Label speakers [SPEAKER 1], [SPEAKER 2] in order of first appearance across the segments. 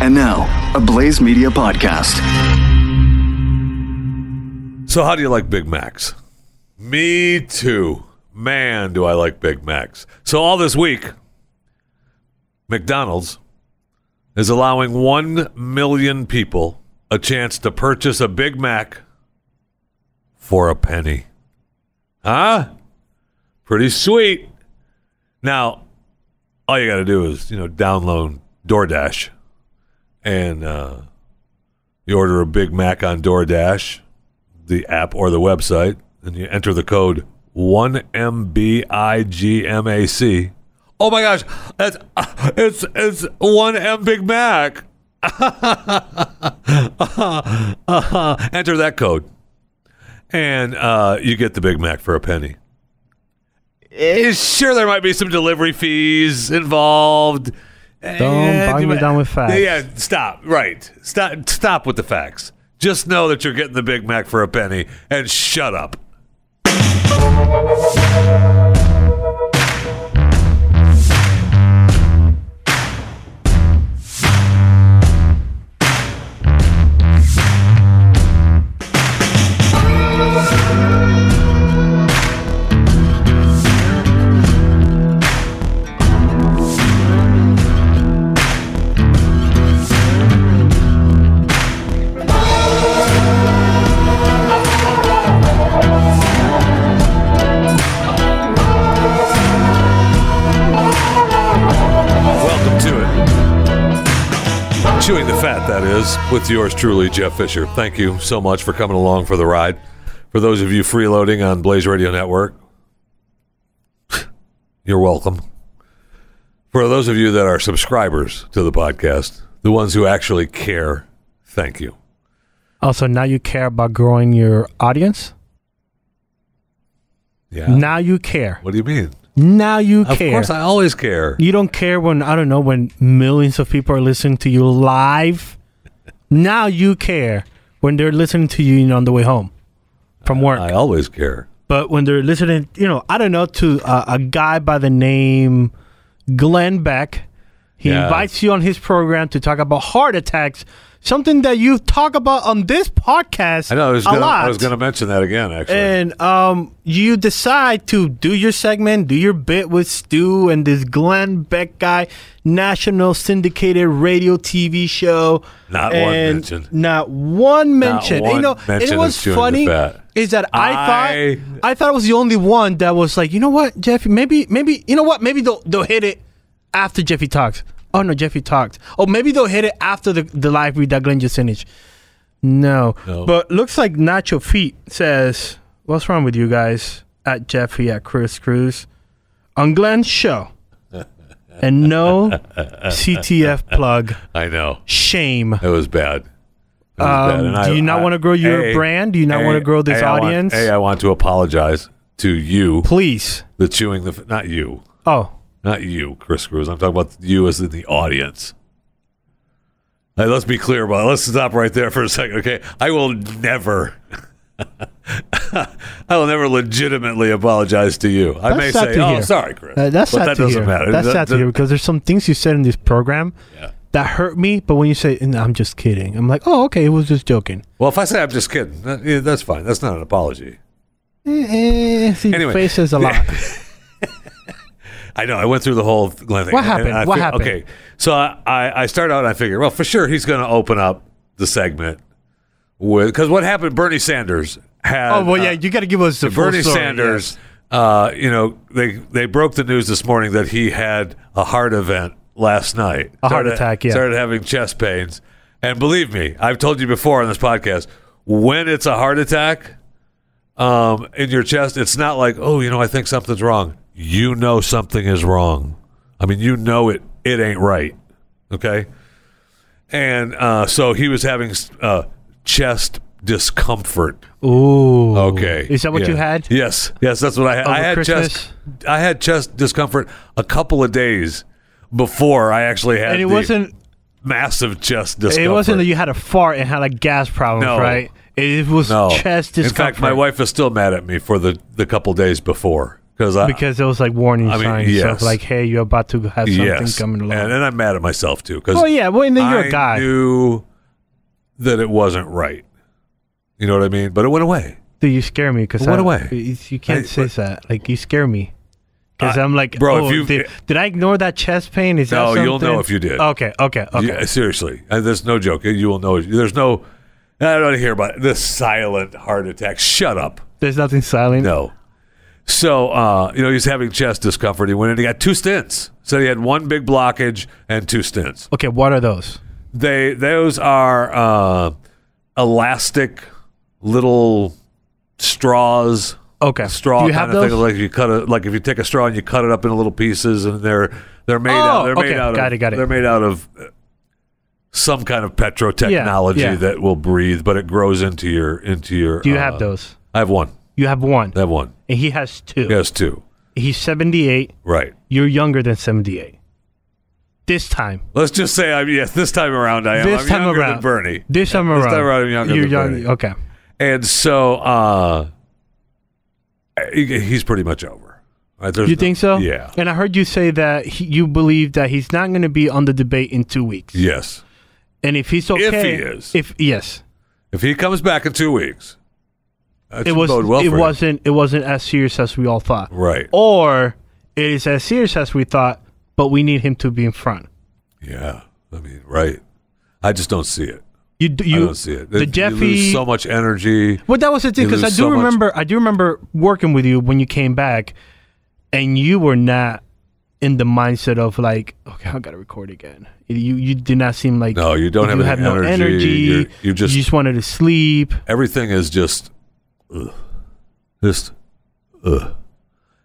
[SPEAKER 1] And now, a Blaze Media podcast.
[SPEAKER 2] So, how do you like Big Macs? Me too. Man, do I like Big Macs. So, all this week, McDonald's is allowing 1 million people a chance to purchase a Big Mac for a penny. Huh? Pretty sweet. Now, all you got to do is, you know, download DoorDash and uh, you order a Big Mac on DoorDash the app or the website and you enter the code 1MBIGMAC. Oh my gosh, that's uh, it's it's 1M Big Mac. enter that code and uh, you get the Big Mac for a penny. Eh, Sure, there might be some delivery fees involved.
[SPEAKER 3] Don't bog me down with facts.
[SPEAKER 2] Yeah, stop. Right. Stop. Stop with the facts. Just know that you're getting the Big Mac for a penny, and shut up. Welcome to it. Chewing the Fat, that is, with yours truly, Jeff Fisher. Thank you so much for coming along for the ride. For those of you freeloading on Blaze Radio Network, you're welcome. For those of you that are subscribers to the podcast, the ones who actually care, thank you.
[SPEAKER 3] Also, now you care about growing your audience.
[SPEAKER 2] Yeah.
[SPEAKER 3] Now you care.
[SPEAKER 2] what do you mean?
[SPEAKER 3] Now you
[SPEAKER 2] Uh-huh. Of
[SPEAKER 3] care.
[SPEAKER 2] course, I always care.
[SPEAKER 3] you don't care when I don't know when millions of people are listening to you live. now you care when they're listening to you, you know, on the way home from work.
[SPEAKER 2] Uh, I always care.
[SPEAKER 3] but when they're listening, you know, I don't know to uh, a guy by the name Glenn Beck. He
[SPEAKER 2] Yeah.
[SPEAKER 3] invites you on his program to talk about heart attacks, something that you talk about on this podcast
[SPEAKER 2] I know. I was
[SPEAKER 3] a
[SPEAKER 2] gonna,
[SPEAKER 3] lot.
[SPEAKER 2] I was going to mention that again. Actually,
[SPEAKER 3] and um, you decide to do your segment, do your bit with Stu and this Glenn Beck guy, national syndicated radio TV show.
[SPEAKER 2] Not one
[SPEAKER 3] and
[SPEAKER 2] mention.
[SPEAKER 3] Not one mention.
[SPEAKER 2] one
[SPEAKER 3] you know,
[SPEAKER 2] mention
[SPEAKER 3] and it
[SPEAKER 2] of
[SPEAKER 3] was
[SPEAKER 2] Stu and
[SPEAKER 3] funny
[SPEAKER 2] the Fat.
[SPEAKER 3] is that I,
[SPEAKER 2] I-
[SPEAKER 3] thought I thought I was the only one that was like, you know what, Jeffy, maybe maybe you know what, maybe they'll they'll hit it after Jeffy talks. Oh no, Jeffy talked. Oh, maybe they'll hit it after the the live read that Glenn just finished. No.
[SPEAKER 2] No.
[SPEAKER 3] But looks like Nacho Feet says, What's wrong with you guys? At Jeffy at Chris Cruz on Glenn's show. and no CTF plug.
[SPEAKER 2] I know.
[SPEAKER 3] Shame.
[SPEAKER 2] It was bad. It was bad.
[SPEAKER 3] Um,
[SPEAKER 2] And
[SPEAKER 3] do you not wanna grow your brand? Do you not wanna grow this
[SPEAKER 2] I want-
[SPEAKER 3] audience?
[SPEAKER 2] a, I want to apologize to you,
[SPEAKER 3] Please.
[SPEAKER 2] the chewing the f- not you,
[SPEAKER 3] Oh.
[SPEAKER 2] not you, Chris Cruz. I'm talking about you as in the audience. Hey, let's be clear about. Let's stop right there for a second, okay? I will never. I will never legitimately apologize to you. I
[SPEAKER 3] That's
[SPEAKER 2] may
[SPEAKER 3] sad
[SPEAKER 2] say,
[SPEAKER 3] to
[SPEAKER 2] "Oh,
[SPEAKER 3] hear.
[SPEAKER 2] sorry, Chris,"
[SPEAKER 3] Uh, that's
[SPEAKER 2] but
[SPEAKER 3] sad
[SPEAKER 2] that
[SPEAKER 3] to
[SPEAKER 2] doesn't
[SPEAKER 3] hear.
[SPEAKER 2] matter.
[SPEAKER 3] That's
[SPEAKER 2] That-
[SPEAKER 3] sad to
[SPEAKER 2] that-
[SPEAKER 3] hear because there's some things you said in this program
[SPEAKER 2] Yeah.
[SPEAKER 3] that hurt me, but when you say, "No, I'm just kidding, I'm like, oh, okay, it was just joking.
[SPEAKER 2] Well, if I say I'm just kidding, that- yeah, that's fine. That's not an apology.
[SPEAKER 3] Eh, eh, see,
[SPEAKER 2] Anyway.
[SPEAKER 3] face says a lot.
[SPEAKER 2] I know. I went through the whole Glenn thing.
[SPEAKER 3] What
[SPEAKER 2] And- and
[SPEAKER 3] happened?
[SPEAKER 2] I
[SPEAKER 3] What
[SPEAKER 2] fi-
[SPEAKER 3] happened?
[SPEAKER 2] Okay, so I, I I start out. and I figure, well, for sure he's going to open up the segment with because what happened? Bernie Sanders had.
[SPEAKER 3] oh, well,
[SPEAKER 2] uh,
[SPEAKER 3] yeah, you got to give us the full
[SPEAKER 2] Bernie
[SPEAKER 3] story,
[SPEAKER 2] Sanders. Uh, you know, they they broke the news this morning that he had a heart event last night.
[SPEAKER 3] A heart attack, yeah.
[SPEAKER 2] Started having chest pains, and believe me, I've told you before on this podcast, when it's a heart attack um, in your chest, it's not like, oh, you know, I think something's wrong. You know something is wrong. I mean, you know it. It ain't right. Okay. And uh, so he was having uh, chest discomfort.
[SPEAKER 3] yeah. Ooh.
[SPEAKER 2] Okay.
[SPEAKER 3] Is that what
[SPEAKER 2] Yeah.
[SPEAKER 3] you had?
[SPEAKER 2] Yes. Yes, that's what I had. I had
[SPEAKER 3] Christmas?
[SPEAKER 2] chest I had chest discomfort a couple of days before I actually had
[SPEAKER 3] And it
[SPEAKER 2] the
[SPEAKER 3] wasn't.
[SPEAKER 2] massive chest discomfort.
[SPEAKER 3] It wasn't that you had a fart and had like gas problems,
[SPEAKER 2] No.
[SPEAKER 3] right? It was
[SPEAKER 2] no.
[SPEAKER 3] chest
[SPEAKER 2] In
[SPEAKER 3] discomfort.
[SPEAKER 2] fact, my wife is still mad at me for the the couple days before because I
[SPEAKER 3] because it was like warning
[SPEAKER 2] I mean,
[SPEAKER 3] signs
[SPEAKER 2] yes.
[SPEAKER 3] of like, hey, you're about to have something
[SPEAKER 2] yes,
[SPEAKER 3] coming
[SPEAKER 2] and,
[SPEAKER 3] along.
[SPEAKER 2] and I'm mad at myself too because
[SPEAKER 3] oh yeah, well, and then you're
[SPEAKER 2] I
[SPEAKER 3] a guy.
[SPEAKER 2] knew that it wasn't right. You know what I mean? But it went away.
[SPEAKER 3] Dude, you scare me because
[SPEAKER 2] What do I-
[SPEAKER 3] You can't
[SPEAKER 2] I-
[SPEAKER 3] say that. Like you scare me because
[SPEAKER 2] I-
[SPEAKER 3] I'm like,
[SPEAKER 2] bro, if
[SPEAKER 3] oh,
[SPEAKER 2] you-
[SPEAKER 3] did, did I ignore that chest pain? Is
[SPEAKER 2] No,
[SPEAKER 3] that
[SPEAKER 2] you'll know
[SPEAKER 3] something?
[SPEAKER 2] if you did.
[SPEAKER 3] Okay, okay, okay.
[SPEAKER 2] Yeah, seriously, Uh, there's no joke. You will know. There's no. I don't want to hear about it. this silent heart attack. Shut up.
[SPEAKER 3] There's nothing silent.
[SPEAKER 2] No. So, uh, you know, he's having chest discomfort. He went in, he got two stents. So he had one big blockage and two stents.
[SPEAKER 3] Okay, what are those?
[SPEAKER 2] They Those are uh, elastic little straws.
[SPEAKER 3] Okay,
[SPEAKER 2] Straw
[SPEAKER 3] Do you
[SPEAKER 2] kind
[SPEAKER 3] have
[SPEAKER 2] of
[SPEAKER 3] those?
[SPEAKER 2] thing, like you cut it, like if you take a straw and you cut it up into little pieces, and they're they're made out.
[SPEAKER 3] Oh,
[SPEAKER 2] They're made
[SPEAKER 3] okay.
[SPEAKER 2] out
[SPEAKER 3] Got
[SPEAKER 2] of,
[SPEAKER 3] it, got it.
[SPEAKER 2] They're made out of uh, some kind of petrotechnology
[SPEAKER 3] yeah.
[SPEAKER 2] that will breathe, but it grows into your into your.
[SPEAKER 3] Do you
[SPEAKER 2] uh,
[SPEAKER 3] have those?
[SPEAKER 2] I have one.
[SPEAKER 3] You have one,
[SPEAKER 2] I have one.
[SPEAKER 3] and he has two.
[SPEAKER 2] Yes, two.
[SPEAKER 3] He's 78.
[SPEAKER 2] Right.
[SPEAKER 3] You're younger than 78. This time.
[SPEAKER 2] Let's just say I'm yes. This time around, I am.
[SPEAKER 3] This
[SPEAKER 2] I'm
[SPEAKER 3] time
[SPEAKER 2] younger
[SPEAKER 3] around.
[SPEAKER 2] than Bernie.
[SPEAKER 3] This time around.
[SPEAKER 2] This time around, I'm younger
[SPEAKER 3] You're
[SPEAKER 2] than
[SPEAKER 3] young.
[SPEAKER 2] Bernie.
[SPEAKER 3] Okay.
[SPEAKER 2] And so, uh, he- he's pretty much over. Right? There's
[SPEAKER 3] You
[SPEAKER 2] no-
[SPEAKER 3] think so?
[SPEAKER 2] Yeah.
[SPEAKER 3] And I heard you say that he, you believe that he's not going to be on the debate in two weeks.
[SPEAKER 2] Yes.
[SPEAKER 3] And if he's okay,
[SPEAKER 2] is.
[SPEAKER 3] if yes,
[SPEAKER 2] If he comes back in two weeks, that
[SPEAKER 3] it
[SPEAKER 2] should
[SPEAKER 3] was
[SPEAKER 2] bode well
[SPEAKER 3] it
[SPEAKER 2] for him.
[SPEAKER 3] wasn't it wasn't as serious as we all thought,
[SPEAKER 2] right.
[SPEAKER 3] or it is as serious as we thought, but we need him to be in front.
[SPEAKER 2] Yeah, I mean, right. I just don't see it.
[SPEAKER 3] You d-
[SPEAKER 2] I
[SPEAKER 3] you
[SPEAKER 2] don't see it.
[SPEAKER 3] the
[SPEAKER 2] It- you lose
[SPEAKER 3] Jeffy.
[SPEAKER 2] so much energy.
[SPEAKER 3] well, that was the thing
[SPEAKER 2] you
[SPEAKER 3] because I do
[SPEAKER 2] lose so much-
[SPEAKER 3] remember I do remember working with you when you came back, and you were not in the mindset of like okay I gotta record again. You you did not seem like
[SPEAKER 2] No, you don't
[SPEAKER 3] you
[SPEAKER 2] have any
[SPEAKER 3] had no
[SPEAKER 2] energy.
[SPEAKER 3] energy.
[SPEAKER 2] You're- you just-
[SPEAKER 3] you just wanted to sleep.
[SPEAKER 2] Everything is just, ugh. just, ugh.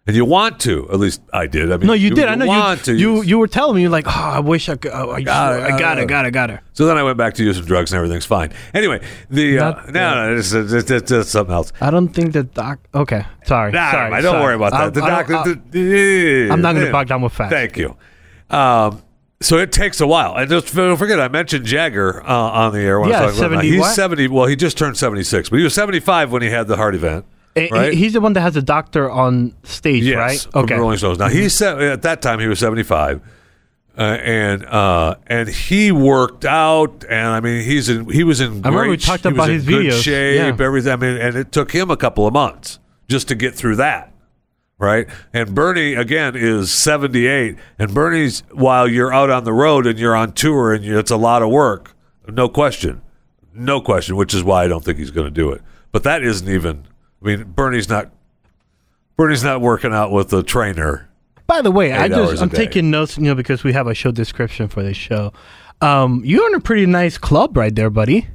[SPEAKER 2] and you want to. At least I did. I mean,
[SPEAKER 3] No, you, did. I know
[SPEAKER 2] want
[SPEAKER 3] you,
[SPEAKER 2] to.
[SPEAKER 3] you. You were telling me you're like, oh, I wish I could. Oh, I,
[SPEAKER 2] Got it,
[SPEAKER 3] I got
[SPEAKER 2] got it.
[SPEAKER 3] it. Got it. Got it.
[SPEAKER 2] So then I went back to using drugs and everything's fine. Anyway, the uh,
[SPEAKER 3] Not
[SPEAKER 2] no, no, it's, it's, it's, it's, it's something else.
[SPEAKER 3] I don't think the doc. Okay, sorry.
[SPEAKER 2] Nah,
[SPEAKER 3] sorry,
[SPEAKER 2] I don't
[SPEAKER 3] sorry.
[SPEAKER 2] worry about
[SPEAKER 3] I-
[SPEAKER 2] that. The
[SPEAKER 3] I don't-
[SPEAKER 2] doctor.
[SPEAKER 3] I-
[SPEAKER 2] the-
[SPEAKER 3] I'm not gonna
[SPEAKER 2] eh.
[SPEAKER 3] bog down with facts.
[SPEAKER 2] Thank you. Um, so it takes a while. And just don't forget, I mentioned Jagger uh, on the air. When I
[SPEAKER 3] Yeah,
[SPEAKER 2] was talking about
[SPEAKER 3] 70
[SPEAKER 2] He's
[SPEAKER 3] what?
[SPEAKER 2] 70. Well, he just turned 76, but he was 75 when he had the heart event.
[SPEAKER 3] Eh,
[SPEAKER 2] right?
[SPEAKER 3] he- He's the one that has a doctor on stage,
[SPEAKER 2] yes,
[SPEAKER 3] right? Mm-hmm.
[SPEAKER 2] from the Rolling Stones. Now he said at that time he was 75. Uh, and uh, and he worked out, and I mean he's in he was in.
[SPEAKER 3] I remember
[SPEAKER 2] great
[SPEAKER 3] we talked
[SPEAKER 2] sh- he was
[SPEAKER 3] about
[SPEAKER 2] in
[SPEAKER 3] his
[SPEAKER 2] good
[SPEAKER 3] videos.
[SPEAKER 2] shape,
[SPEAKER 3] Yeah.
[SPEAKER 2] everything. I mean, and it took him a couple of months just to get through that, right? And Bernie again is seventy eight, and Bernie's while you're out on the road and you're on tour and you, it's a lot of work, no question, no question. Which is why I don't think he's going to do it. But that isn't even. I mean, Bernie's not. Bernie's not working out with a trainer.
[SPEAKER 3] By the way, I
[SPEAKER 2] Eight hours
[SPEAKER 3] just
[SPEAKER 2] a
[SPEAKER 3] I'm
[SPEAKER 2] day.
[SPEAKER 3] taking notes, you know, because we have a show description for this show. Um, you're in a pretty nice club right there, buddy.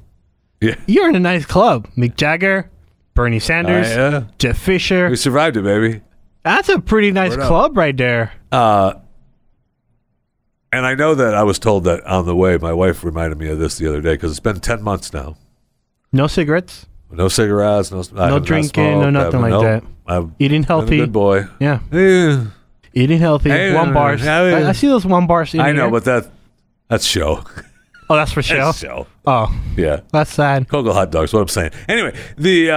[SPEAKER 2] Yeah,
[SPEAKER 3] You're in a nice club. Mick Jagger, Bernie Sanders,
[SPEAKER 2] I, uh,
[SPEAKER 3] Jeff Fisher.
[SPEAKER 2] we survived it, baby.
[SPEAKER 3] That's a pretty nice
[SPEAKER 2] Word up.
[SPEAKER 3] club right there.
[SPEAKER 2] Uh, And I know that I was told that on the way. My wife reminded me of this the other day because it's been ten months now.
[SPEAKER 3] No cigarettes.
[SPEAKER 2] No cigarettes, no
[SPEAKER 3] No drinking, no nothing like that.
[SPEAKER 2] I'm
[SPEAKER 3] Eating healthy.
[SPEAKER 2] good boy.
[SPEAKER 3] Yeah.
[SPEAKER 2] Eh,
[SPEAKER 3] Eating healthy,
[SPEAKER 2] Hey,
[SPEAKER 3] one
[SPEAKER 2] uh,
[SPEAKER 3] bars.
[SPEAKER 2] how
[SPEAKER 3] I,
[SPEAKER 2] is-
[SPEAKER 3] I see those one bars. in
[SPEAKER 2] I know,
[SPEAKER 3] here.
[SPEAKER 2] but that that's show.
[SPEAKER 3] oh, that's for show.
[SPEAKER 2] That's show.
[SPEAKER 3] Oh,
[SPEAKER 2] Yeah,
[SPEAKER 3] that's sad.
[SPEAKER 2] Kogel hot dogs. What I'm saying. Anyway, the uh,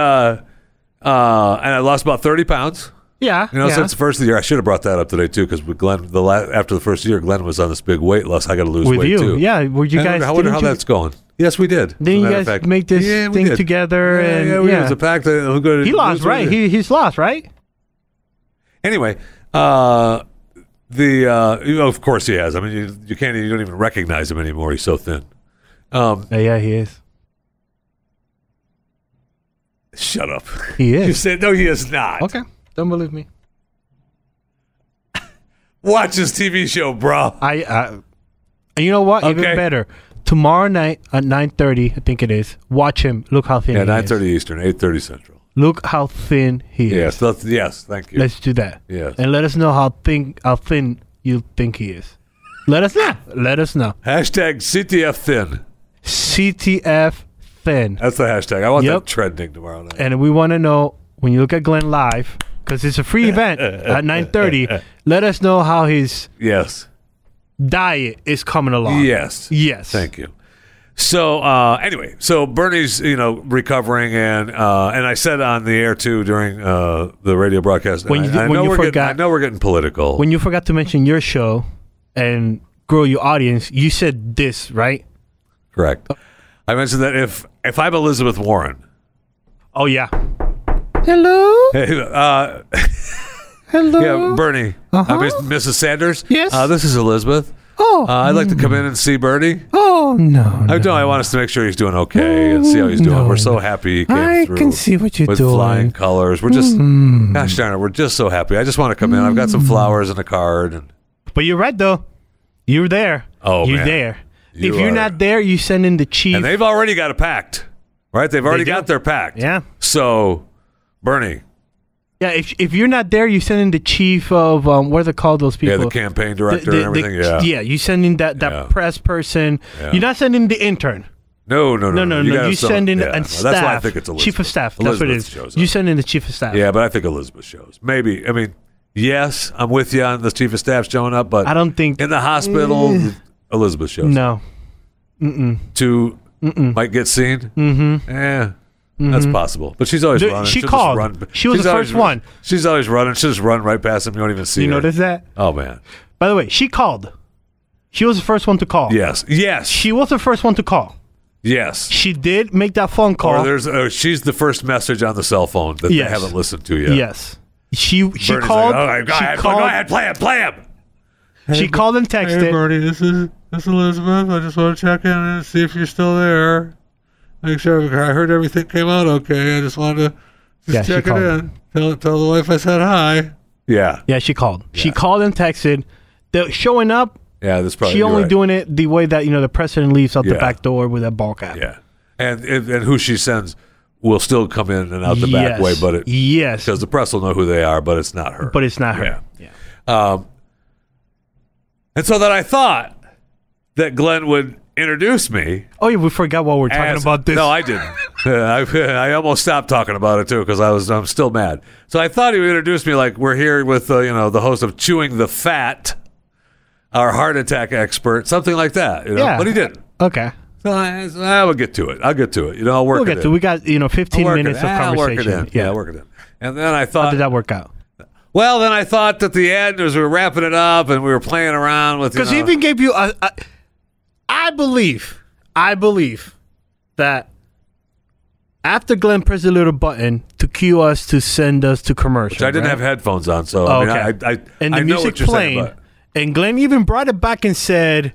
[SPEAKER 2] uh, and I lost about thirty pounds.
[SPEAKER 3] Yeah,
[SPEAKER 2] You know,
[SPEAKER 3] yeah.
[SPEAKER 2] since the first of the year, I should have brought that up today too, because Glenn, the la- after the first year, Glenn was on this big weight loss. I got to lose
[SPEAKER 3] with
[SPEAKER 2] weight
[SPEAKER 3] you.
[SPEAKER 2] too.
[SPEAKER 3] Yeah, were you
[SPEAKER 2] I
[SPEAKER 3] guys?
[SPEAKER 2] wonder, I wonder
[SPEAKER 3] didn't
[SPEAKER 2] how
[SPEAKER 3] you-
[SPEAKER 2] that's going. Yes, we did.
[SPEAKER 3] Didn't
[SPEAKER 2] As a
[SPEAKER 3] you
[SPEAKER 2] matter
[SPEAKER 3] guys
[SPEAKER 2] of fact.
[SPEAKER 3] make this
[SPEAKER 2] yeah, we
[SPEAKER 3] thing
[SPEAKER 2] did.
[SPEAKER 3] together
[SPEAKER 2] Yeah,
[SPEAKER 3] and-
[SPEAKER 2] yeah, we did.
[SPEAKER 3] yeah.
[SPEAKER 2] It was a pact. that I'm gonna
[SPEAKER 3] He
[SPEAKER 2] lose
[SPEAKER 3] lost,
[SPEAKER 2] weight.
[SPEAKER 3] right? He he's lost, right?
[SPEAKER 2] Anyway, uh, the uh, you know, of course he has. I mean, you, you can't you don't even recognize him anymore. He's so thin. Um,
[SPEAKER 3] Uh, Yeah, yeah, he is.
[SPEAKER 2] shut up.
[SPEAKER 3] He
[SPEAKER 2] You
[SPEAKER 3] is.
[SPEAKER 2] said no. He is not.
[SPEAKER 3] okay, don't believe me.
[SPEAKER 2] Watch his TV show, bro.
[SPEAKER 3] I, I and you know what?
[SPEAKER 2] Okay.
[SPEAKER 3] Even better. Tomorrow night at nine thirty, I think it is. Watch him. Look how thin.
[SPEAKER 2] Yeah,
[SPEAKER 3] he is.
[SPEAKER 2] nine thirty Eastern, eight thirty Central.
[SPEAKER 3] Look how thin he is.
[SPEAKER 2] Yes, that's, yes. Thank you.
[SPEAKER 3] Let's do that.
[SPEAKER 2] Yes.
[SPEAKER 3] And let us know how thin how thin you think he is. Let us know. Let us know.
[SPEAKER 2] Hashtag CTF thin.
[SPEAKER 3] CTF thin.
[SPEAKER 2] That's the hashtag. I want
[SPEAKER 3] Yep.
[SPEAKER 2] that trending tomorrow night.
[SPEAKER 3] and we want to know when you look at Glenn live because it's a free event at 9:30. Let us know how his
[SPEAKER 2] yes.
[SPEAKER 3] diet is coming along.
[SPEAKER 2] Yes.
[SPEAKER 3] Yes.
[SPEAKER 2] Thank you. So uh, anyway, so Bernie's you know recovering, and uh, and I said on the air too during uh, the radio broadcast.
[SPEAKER 3] When you-
[SPEAKER 2] I, I
[SPEAKER 3] when
[SPEAKER 2] know
[SPEAKER 3] you
[SPEAKER 2] we're getting,
[SPEAKER 3] forgot-
[SPEAKER 2] I know we're getting political.
[SPEAKER 3] When you forgot to mention your show and grow your audience, you said this, right?
[SPEAKER 2] Correct. I mentioned that if if I'm Elizabeth Warren,
[SPEAKER 3] Oh yeah. Hello.
[SPEAKER 2] uh,
[SPEAKER 3] Hello.
[SPEAKER 2] yeah, Bernie, I mean, Mrs. Sanders.
[SPEAKER 3] Uh-huh. Yes.
[SPEAKER 2] Uh, this is Elizabeth.
[SPEAKER 3] oh.
[SPEAKER 2] Uh, I'd like to come in and see Bernie.
[SPEAKER 3] oh no.
[SPEAKER 2] I don't. I want us to make sure he's doing okay and see how he's doing.
[SPEAKER 3] No.
[SPEAKER 2] We're so happy. He came
[SPEAKER 3] I
[SPEAKER 2] through
[SPEAKER 3] can see what you're
[SPEAKER 2] with
[SPEAKER 3] doing. Hmm.
[SPEAKER 2] flying colors. We're just, gosh darn it, we're just so happy. I just want to come in. I've got some flowers and a card, and
[SPEAKER 3] But you're right though. You're there.
[SPEAKER 2] Oh,
[SPEAKER 3] you're
[SPEAKER 2] man.
[SPEAKER 3] there.
[SPEAKER 2] You
[SPEAKER 3] if you're
[SPEAKER 2] are-
[SPEAKER 3] not there, you send in the chief.
[SPEAKER 2] and they've already got a pact, right? They've already
[SPEAKER 3] do.
[SPEAKER 2] got their pact.
[SPEAKER 3] Yeah.
[SPEAKER 2] So, Bernie,
[SPEAKER 3] yeah. If, if you're not there, you send in the chief of um, what are they called? Those people.
[SPEAKER 2] yeah, the campaign director
[SPEAKER 3] The- the-
[SPEAKER 2] and everything.
[SPEAKER 3] the-
[SPEAKER 2] yeah.
[SPEAKER 3] You send in that that
[SPEAKER 2] Yeah.
[SPEAKER 3] press person.
[SPEAKER 2] Yeah.
[SPEAKER 3] You're not sending the intern.
[SPEAKER 2] No, no, no,
[SPEAKER 3] No, no,
[SPEAKER 2] You,
[SPEAKER 3] no.
[SPEAKER 2] gotta
[SPEAKER 3] You,
[SPEAKER 2] sell-
[SPEAKER 3] send in
[SPEAKER 2] yeah,
[SPEAKER 3] a
[SPEAKER 2] no,
[SPEAKER 3] staff.
[SPEAKER 2] That's why I think it's Elizabeth.
[SPEAKER 3] Chief of staff. That's what it
[SPEAKER 2] Elizabeth
[SPEAKER 3] is.
[SPEAKER 2] shows
[SPEAKER 3] You
[SPEAKER 2] up.
[SPEAKER 3] send in the chief of staff.
[SPEAKER 2] yeah, but I think Elizabeth shows. Maybe. I mean, yes, I'm with you on the chief of staff showing up, but
[SPEAKER 3] I don't think.
[SPEAKER 2] in the hospital. Elizabeth shows. up.
[SPEAKER 3] No.
[SPEAKER 2] to might get seen. Mm-hmm. Yeah, that's possible. But she's always
[SPEAKER 3] Dude,
[SPEAKER 2] running.
[SPEAKER 3] she
[SPEAKER 2] She'll just
[SPEAKER 3] called.
[SPEAKER 2] run.
[SPEAKER 3] She was
[SPEAKER 2] She's
[SPEAKER 3] the
[SPEAKER 2] always-
[SPEAKER 3] first one.
[SPEAKER 2] She's always running. She'll just run right past him. You don't even see
[SPEAKER 3] You
[SPEAKER 2] her.
[SPEAKER 3] notice that?
[SPEAKER 2] Oh man.
[SPEAKER 3] By the way, she called. She was the first one to call.
[SPEAKER 2] Yes. Yes.
[SPEAKER 3] She was the first one to call.
[SPEAKER 2] Yes.
[SPEAKER 3] She did make that phone call.
[SPEAKER 2] Or there's. Or she's the first message on the cell phone that
[SPEAKER 3] Yes.
[SPEAKER 2] they haven't listened to yet.
[SPEAKER 3] Yes. She she
[SPEAKER 2] Bernie's
[SPEAKER 3] called.
[SPEAKER 2] Like, All right, go,
[SPEAKER 3] she
[SPEAKER 2] ahead,
[SPEAKER 3] called.
[SPEAKER 2] go ahead. Play him. Play him.
[SPEAKER 3] She called and texted.
[SPEAKER 4] Hey, Bernie, this is this is Elizabeth. I just want to check in and see if you're still there. Make sure I heard everything came out okay. I just wanted to just
[SPEAKER 3] Yeah, she
[SPEAKER 4] check it
[SPEAKER 3] called.
[SPEAKER 4] in. Tell tell the wife I said hi.
[SPEAKER 2] Yeah.
[SPEAKER 3] Yeah, she called. She called and texted. The showing up.
[SPEAKER 2] Yeah. That's probably.
[SPEAKER 3] She
[SPEAKER 2] you're
[SPEAKER 3] only
[SPEAKER 2] right.
[SPEAKER 3] doing it the way that you know the president leaves out
[SPEAKER 2] Yeah.
[SPEAKER 3] the back door with that ball cap.
[SPEAKER 2] Yeah. And, and and who she sends will still come in and out the back
[SPEAKER 3] Yes.
[SPEAKER 2] way, but it
[SPEAKER 3] yes,
[SPEAKER 2] because the press will know who they are, but it's not her.
[SPEAKER 3] but it's not her.
[SPEAKER 2] Yeah. Um, and so then I thought that Glenn would introduce me.
[SPEAKER 3] Oh yeah, we forgot what we're talking
[SPEAKER 2] as-
[SPEAKER 3] about this.
[SPEAKER 2] No, I didn't. I, I almost stopped talking about it too because I was I'm still mad. So I thought he would introduce me like we're here with uh, you know the host of Chewing the Fat, our heart attack expert, something like that. You know?
[SPEAKER 3] Yeah.
[SPEAKER 2] But he didn't.
[SPEAKER 3] okay,
[SPEAKER 2] So I, so I will get to it. I'll get to it. You know, I'll work
[SPEAKER 3] we'll
[SPEAKER 2] it
[SPEAKER 3] get
[SPEAKER 2] in.
[SPEAKER 3] to. We got you know
[SPEAKER 2] I'll
[SPEAKER 3] 15
[SPEAKER 2] work it
[SPEAKER 3] minutes
[SPEAKER 2] in.
[SPEAKER 3] of
[SPEAKER 2] I'll work it
[SPEAKER 3] conversation.
[SPEAKER 2] in. Yeah, work it in. And then I
[SPEAKER 3] How
[SPEAKER 2] thought
[SPEAKER 3] did that work out?
[SPEAKER 2] well, then I thought that the end as we were wrapping it up and we were playing around with you
[SPEAKER 3] Because
[SPEAKER 2] know,
[SPEAKER 3] he even gave you a, a. I believe, I believe that after Glenn pressed the little button to cue us to send us to commercial,
[SPEAKER 2] I didn't
[SPEAKER 3] right?
[SPEAKER 2] have headphones on, so
[SPEAKER 3] Oh,
[SPEAKER 2] I, mean,
[SPEAKER 3] okay.
[SPEAKER 2] I, I,
[SPEAKER 3] and the
[SPEAKER 2] I know
[SPEAKER 3] music
[SPEAKER 2] what you're saying.
[SPEAKER 3] playing,
[SPEAKER 2] About.
[SPEAKER 3] and Glenn even brought it back and said,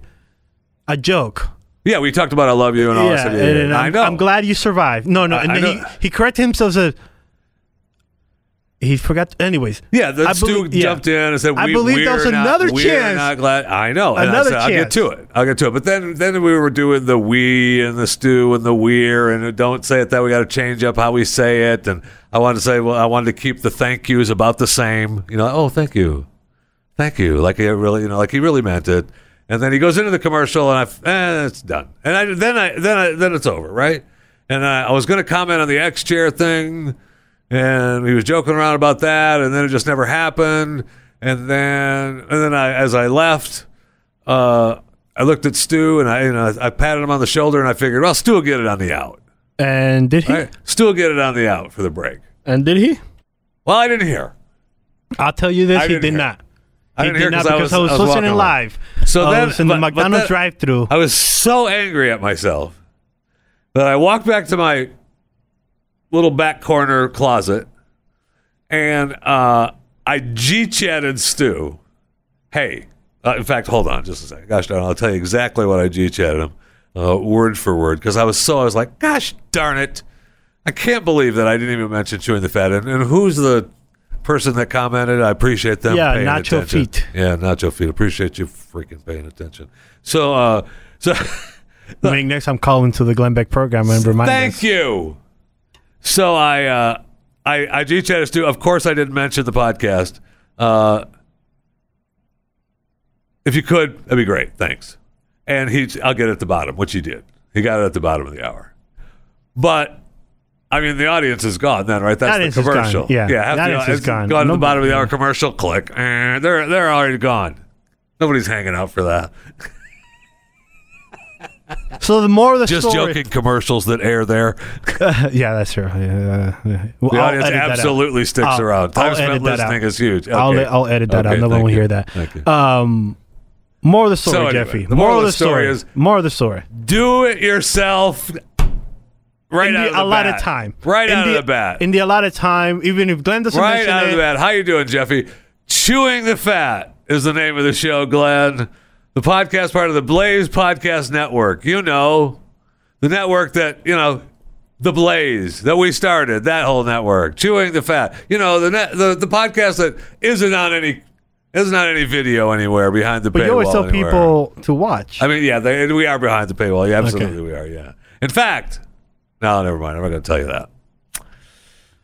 [SPEAKER 3] "A joke."
[SPEAKER 2] Yeah, we talked about I love you and all that. stuff. Yeah,
[SPEAKER 3] and,
[SPEAKER 2] yeah,
[SPEAKER 3] and
[SPEAKER 2] yeah.
[SPEAKER 3] I'm,
[SPEAKER 2] I know.
[SPEAKER 3] I'm glad you survived. No, no,
[SPEAKER 2] I-
[SPEAKER 3] and
[SPEAKER 2] I
[SPEAKER 3] then he,
[SPEAKER 2] know.
[SPEAKER 3] he corrected himself. Said he forgot. Anyways,
[SPEAKER 2] Yeah, the
[SPEAKER 3] I
[SPEAKER 2] Stu
[SPEAKER 3] belie- yeah.
[SPEAKER 2] jumped in and said, we,
[SPEAKER 3] I believe that
[SPEAKER 2] we're
[SPEAKER 3] was
[SPEAKER 2] not-
[SPEAKER 3] another
[SPEAKER 2] we're
[SPEAKER 3] chance.
[SPEAKER 2] Not glad. I know. And
[SPEAKER 3] Another
[SPEAKER 2] I said,
[SPEAKER 3] chance.
[SPEAKER 2] I'll get to it. I'll get to it. But then, then we were doing the we and the Stu and the we're and the don't say it that we got to change up how we say it. And I wanted to say, well, I wanted to keep the thank yous about the same. You know, oh, thank you, thank you. Like he really, you know, like he really meant it. And then he goes into the commercial, and I, eh, it's done. And I, then I, then I, then it's over, right? And I, I was going to comment on the X chair thing and he was joking around about that, and then it just never happened. And then, and then I, as I left, uh, I looked at Stu and I, you know, I patted him on the shoulder, and I figured, well, Stu will get it on the out.
[SPEAKER 3] and did he?
[SPEAKER 2] Right? Stu will get it on the out for the break.
[SPEAKER 3] And did he?
[SPEAKER 2] Well, I didn't hear.
[SPEAKER 3] I'll tell you this:
[SPEAKER 2] I
[SPEAKER 3] he
[SPEAKER 2] didn't
[SPEAKER 3] did
[SPEAKER 2] hear.
[SPEAKER 3] not.
[SPEAKER 2] I
[SPEAKER 3] he
[SPEAKER 2] didn't
[SPEAKER 3] did
[SPEAKER 2] hear
[SPEAKER 3] not
[SPEAKER 2] I
[SPEAKER 3] because
[SPEAKER 2] was,
[SPEAKER 3] I was,
[SPEAKER 2] walking
[SPEAKER 3] listening
[SPEAKER 2] around.
[SPEAKER 3] live.
[SPEAKER 2] So
[SPEAKER 3] I
[SPEAKER 2] then-
[SPEAKER 3] was in the
[SPEAKER 2] but- but
[SPEAKER 3] McDonald's
[SPEAKER 2] then-
[SPEAKER 3] drive-through.
[SPEAKER 2] I was so angry at myself that I walked back to my little back corner closet and uh, I G chatted Stu. Hey, uh, in fact, hold on just a second. Gosh darn, it, I'll tell you exactly what I G chatted him uh, word for word because I was so, I was like, gosh darn it. I can't believe that I didn't even mention chewing the fat. And, and who's the person that commented? I appreciate them.
[SPEAKER 3] Yeah,
[SPEAKER 2] paying
[SPEAKER 3] Nacho
[SPEAKER 2] attention.
[SPEAKER 3] Feet.
[SPEAKER 2] Yeah, Nacho Feet. Appreciate you freaking paying attention. So, uh, so
[SPEAKER 3] I mean, next I'm calling to the Glenn Beck program and remind
[SPEAKER 2] thank
[SPEAKER 3] us.
[SPEAKER 2] you. So I, uh, I, I G chatted Stu. Of course, I didn't mention the podcast. Uh, if you could, that'd be great. Thanks. And he, I'll get it at the bottom, which he did. He got it at the bottom of the hour. But I mean, the audience is gone then, right? That's
[SPEAKER 3] Audience
[SPEAKER 2] the
[SPEAKER 3] is gone,
[SPEAKER 2] commercial.
[SPEAKER 3] yeah.
[SPEAKER 2] yeah. half
[SPEAKER 3] The audience
[SPEAKER 2] the,
[SPEAKER 3] is gone.
[SPEAKER 2] Gone to the
[SPEAKER 3] Nobody-
[SPEAKER 2] bottom of the hour commercial. Click. Eh, they're they're already gone. Nobody's hanging out for that.
[SPEAKER 3] So the more of the
[SPEAKER 2] Just
[SPEAKER 3] story.
[SPEAKER 2] joking commercials that air there.
[SPEAKER 3] yeah, that's true. Yeah, yeah. Well,
[SPEAKER 2] The
[SPEAKER 3] I'll
[SPEAKER 2] audience
[SPEAKER 3] edit that out.
[SPEAKER 2] absolutely sticks
[SPEAKER 3] I'll-
[SPEAKER 2] around. Time
[SPEAKER 3] I'll
[SPEAKER 2] spent
[SPEAKER 3] edit that out.
[SPEAKER 2] listening is huge.
[SPEAKER 3] I'll,
[SPEAKER 2] Okay.
[SPEAKER 3] I'll edit that
[SPEAKER 2] Okay,
[SPEAKER 3] out. No one
[SPEAKER 2] thank
[SPEAKER 3] will
[SPEAKER 2] you.
[SPEAKER 3] hear that.
[SPEAKER 2] Thank you.
[SPEAKER 3] Um, more of the story,
[SPEAKER 2] So anyway,
[SPEAKER 3] Jeffy.
[SPEAKER 2] the
[SPEAKER 3] more of the story,
[SPEAKER 2] is-
[SPEAKER 3] more of the story.
[SPEAKER 2] Do it yourself. Right
[SPEAKER 3] in
[SPEAKER 2] out
[SPEAKER 3] the
[SPEAKER 2] of the
[SPEAKER 3] allotted
[SPEAKER 2] bat.
[SPEAKER 3] time.
[SPEAKER 2] Right
[SPEAKER 3] in
[SPEAKER 2] out of the bat.
[SPEAKER 3] In the allotted time, even if Glenn doesn't
[SPEAKER 2] right
[SPEAKER 3] mention
[SPEAKER 2] out of
[SPEAKER 3] it,
[SPEAKER 2] the bat. How you doing, Jeffy? Chewing the fat is the name of the show, Glenn. The podcast part of the Blaze Podcast Network. You know, the network that you know, the Blaze that we started. That whole network, chewing the fat. You know, the net, the the podcast that isn't on any isn't on any video anywhere behind the
[SPEAKER 3] but you always
[SPEAKER 2] paywall
[SPEAKER 3] tell
[SPEAKER 2] anywhere.
[SPEAKER 3] people to watch.
[SPEAKER 2] I mean, yeah, they, we are behind the paywall. Yeah, absolutely, we are. Yeah. In fact, no, never mind. I'm not going to tell you that.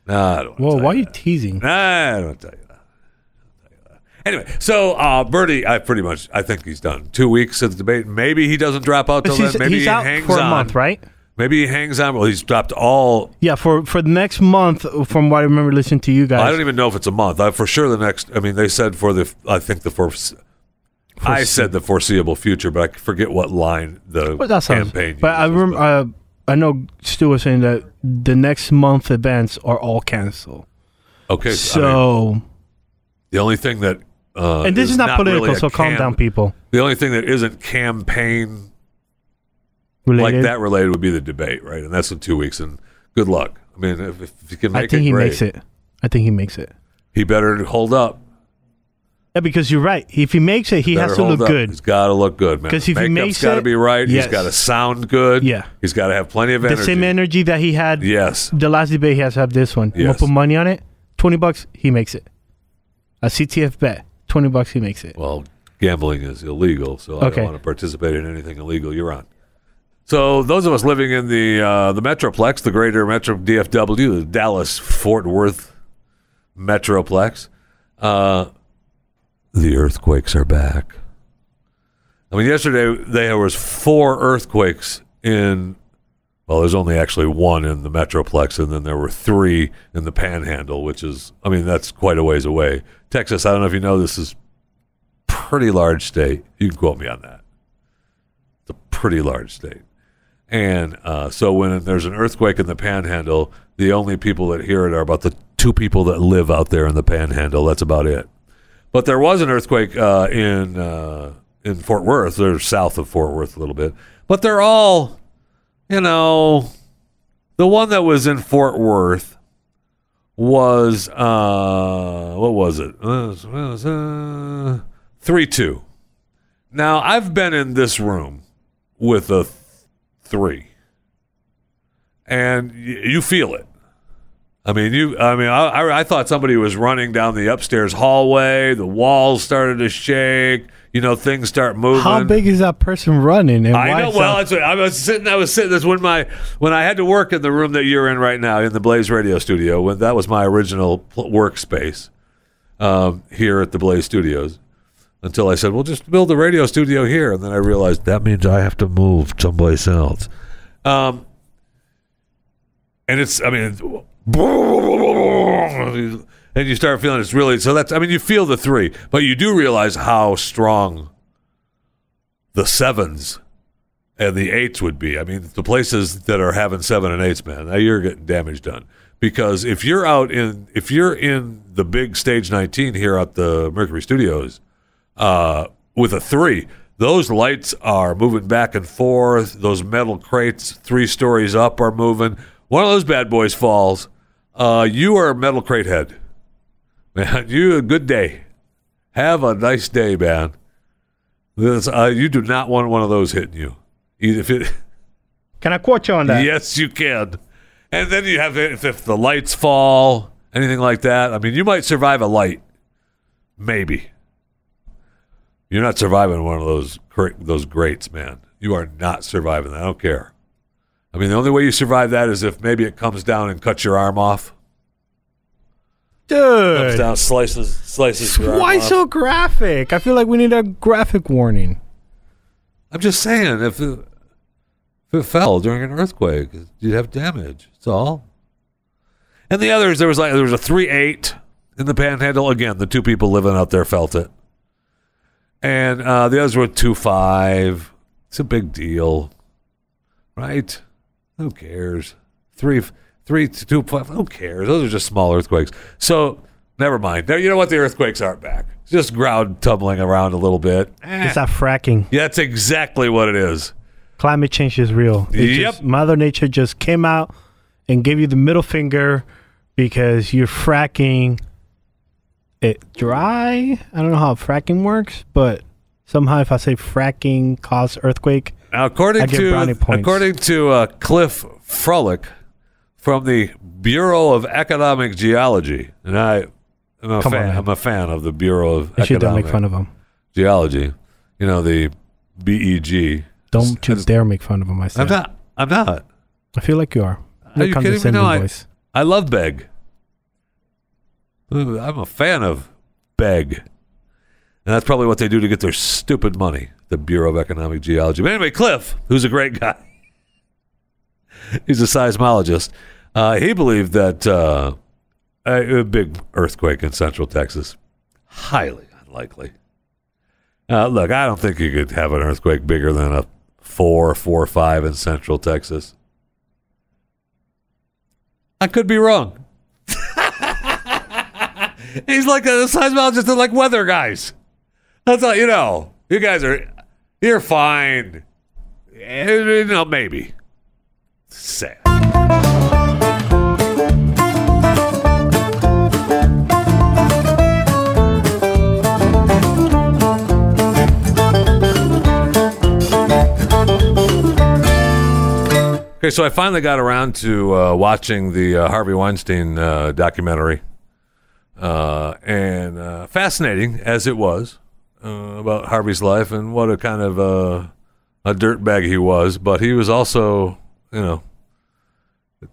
[SPEAKER 2] No, I don't. wanna
[SPEAKER 3] Whoa,
[SPEAKER 2] tell
[SPEAKER 3] why are
[SPEAKER 2] you
[SPEAKER 3] you teasing?
[SPEAKER 2] Nah, I don't tell you that. I don't tell you that. Anyway, so uh, Bernie, I pretty much I think he's done. Two weeks of the debate. Maybe he doesn't drop out till
[SPEAKER 3] He's,
[SPEAKER 2] then. Maybe
[SPEAKER 3] he's
[SPEAKER 2] he
[SPEAKER 3] out
[SPEAKER 2] hangs
[SPEAKER 3] for a
[SPEAKER 2] on.
[SPEAKER 3] month, right?
[SPEAKER 2] Maybe he hangs on. Well, he's dropped all.
[SPEAKER 3] Yeah, for for the next month, from what I remember listening to you guys.
[SPEAKER 2] I don't even know if it's a month. I, for sure, the next. I mean, they said for the. I think the first. I said the foreseeable future, but I forget what line the
[SPEAKER 3] But that sounds.
[SPEAKER 2] campaign.
[SPEAKER 3] but I
[SPEAKER 2] uses,
[SPEAKER 3] remember. Uh, I know Stu was saying that the next month events are all canceled.
[SPEAKER 2] okay, so I mean,
[SPEAKER 3] So,
[SPEAKER 2] the only thing that uh,
[SPEAKER 3] and this is not,
[SPEAKER 2] really
[SPEAKER 3] political,
[SPEAKER 2] a
[SPEAKER 3] so calm
[SPEAKER 2] cam-
[SPEAKER 3] down, people.
[SPEAKER 2] The only thing that isn't campaign
[SPEAKER 3] Related.
[SPEAKER 2] like that related would be the debate, right? And that's in two weeks. And good luck. I mean, if, if you can
[SPEAKER 3] I
[SPEAKER 2] make
[SPEAKER 3] think
[SPEAKER 2] it,
[SPEAKER 3] he
[SPEAKER 2] great.
[SPEAKER 3] makes it. I think he makes it.
[SPEAKER 2] He better hold up.
[SPEAKER 3] Yeah, because you're right. If he makes it, he has
[SPEAKER 2] Better
[SPEAKER 3] to
[SPEAKER 2] hold
[SPEAKER 3] look
[SPEAKER 2] up.
[SPEAKER 3] good.
[SPEAKER 2] He's got to look good, man.
[SPEAKER 3] 'Cause if he
[SPEAKER 2] Makeup's
[SPEAKER 3] makes
[SPEAKER 2] got to
[SPEAKER 3] it-
[SPEAKER 2] be right.
[SPEAKER 3] yes.
[SPEAKER 2] He's got to sound good.
[SPEAKER 3] Yeah.
[SPEAKER 2] He's got to have plenty of energy.
[SPEAKER 3] The same energy that he had
[SPEAKER 2] Yes.
[SPEAKER 3] the last debate he has to have this one. I'm gonna
[SPEAKER 2] Yes.
[SPEAKER 3] put money on it. Twenty bucks, he makes it. A CTF bet. Twenty bucks, he makes it.
[SPEAKER 2] Well, gambling is illegal, so I
[SPEAKER 3] Okay.
[SPEAKER 2] don't want to participate in anything illegal. You're on. So those of us living in the uh, the metroplex, the greater metro DFW, the Dallas Fort Worth metroplex, uh, the earthquakes are back. I mean, yesterday there was four earthquakes in. Well, there's only actually one in the metroplex, and then there were three in the Panhandle, which is, I mean, that's quite a ways away. Texas, I don't know if you know, this is pretty large state. You can quote me on that. It's a pretty large state. And uh, so when there's an earthquake in the panhandle, the only people that hear it are about the two people that live out there in the panhandle. That's about it. But there was an earthquake uh, in uh, in Fort Worth. They're south of Fort Worth a little bit, but they're all, you know, the one that was in Fort Worth was uh, what was it? Uh, three two. Now I've been in this room with a th- three, and y- you feel it. I mean, you. I mean, I, I, I thought somebody was running down the upstairs hallway. The walls started to shake. You know, things start moving.
[SPEAKER 3] How big is that person running? And why
[SPEAKER 2] I know.
[SPEAKER 3] is
[SPEAKER 2] Well,
[SPEAKER 3] that-
[SPEAKER 2] that's what, I was sitting. I was sitting. That's when my when I had to work in the room that you're in right now in the Blaze Radio Studio. When that was my original pl- workspace um, here at the Blaze Studios. Until I said, "Well, just build a radio studio here," and then I realized that means I have to move someplace else. Um, and it's, I mean, it's- and you start feeling it's really so. That's, I mean, you feel the three, but you do realize how strong the sevens and the eights would be. I mean, the places that are having seven and eights, man, now you're getting damage done. Because if you're out in, if you're in the big stage 19 here at the Mercury Studios, uh, with a three, those lights are moving back and forth. Those metal crates, three stories up, are moving. One of those bad boys falls. Uh, you are metal crate head, man. You a good day. Have a nice day, man. This, uh, you do not want one of those hitting you. Either if it,
[SPEAKER 3] Can I quote you on that?
[SPEAKER 2] yes, you can. And then you have if, if the lights fall, anything like that. I mean, you might survive a light, maybe. You're not surviving one of those cra- those grates, man. You are not surviving that. I don't care. I mean, the only way you survive that is if maybe it comes down and cuts your arm off. Comes
[SPEAKER 3] Dude.
[SPEAKER 2] down, slices, slices your arm
[SPEAKER 3] Why
[SPEAKER 2] off.
[SPEAKER 3] so graphic? I feel like we need a graphic warning.
[SPEAKER 2] I'm just saying, if it, if it fell during an earthquake, you'd have damage. That's all. And the others, there was like there was a three eight in the Panhandle. Again, the two people living out there felt it, and uh, the others were two five. It's a big deal. right? Who cares? Three, three to two point. Who cares? Those are just small earthquakes. So never mind. There, you know what? The earthquakes aren't back. It's just ground tumbling around a little bit. Eh.
[SPEAKER 3] It's that fracking.
[SPEAKER 2] Yeah, that's exactly what it is.
[SPEAKER 3] Climate change is real. It just-
[SPEAKER 2] Yep.
[SPEAKER 3] Mother Nature just came out and gave you the middle finger because you're fracking it dry. I don't know how fracking works, but somehow if I say fracking caused earthquake,
[SPEAKER 2] Now, according
[SPEAKER 3] I get brownie
[SPEAKER 2] to
[SPEAKER 3] points.
[SPEAKER 2] according to uh, Cliff Frolick from the Bureau of Economic Geology, and I, I'm a
[SPEAKER 3] Come on,
[SPEAKER 2] fan.
[SPEAKER 3] man.
[SPEAKER 2] I'm a fan of the Bureau of
[SPEAKER 3] I should don't
[SPEAKER 2] Economic
[SPEAKER 3] make fun of him.
[SPEAKER 2] Geology. You know the BEG.
[SPEAKER 3] Don't you dare make fun of him. I
[SPEAKER 2] I'm
[SPEAKER 3] said.
[SPEAKER 2] not. I'm not.
[SPEAKER 3] I feel like you are.
[SPEAKER 2] Are you
[SPEAKER 3] Look, I'm
[SPEAKER 2] kidding me?
[SPEAKER 3] just sending
[SPEAKER 2] No, I,
[SPEAKER 3] voice.
[SPEAKER 2] I love Beg. Ooh, I'm a fan of Beg. And that's probably what they do to get their stupid money, the Bureau of Economic Geology. But anyway, Cliff, who's a great guy, he's a seismologist. Uh, he believed that uh, a, a big earthquake in central Texas, highly unlikely. Uh, look, I don't think you could have an earthquake bigger than a four, four, or five in central Texas. I could be wrong. He's like a seismologist. They're like weather guys. That's all you know. You guys are, you're fine. Eh, You know, maybe. Sad. Okay, so I finally got around to uh, watching the uh, Harvey Weinstein uh, documentary, uh, and uh, fascinating as it was uh, about Harvey's life and what a kind of uh, a dirtbag he was, but he was also, you know,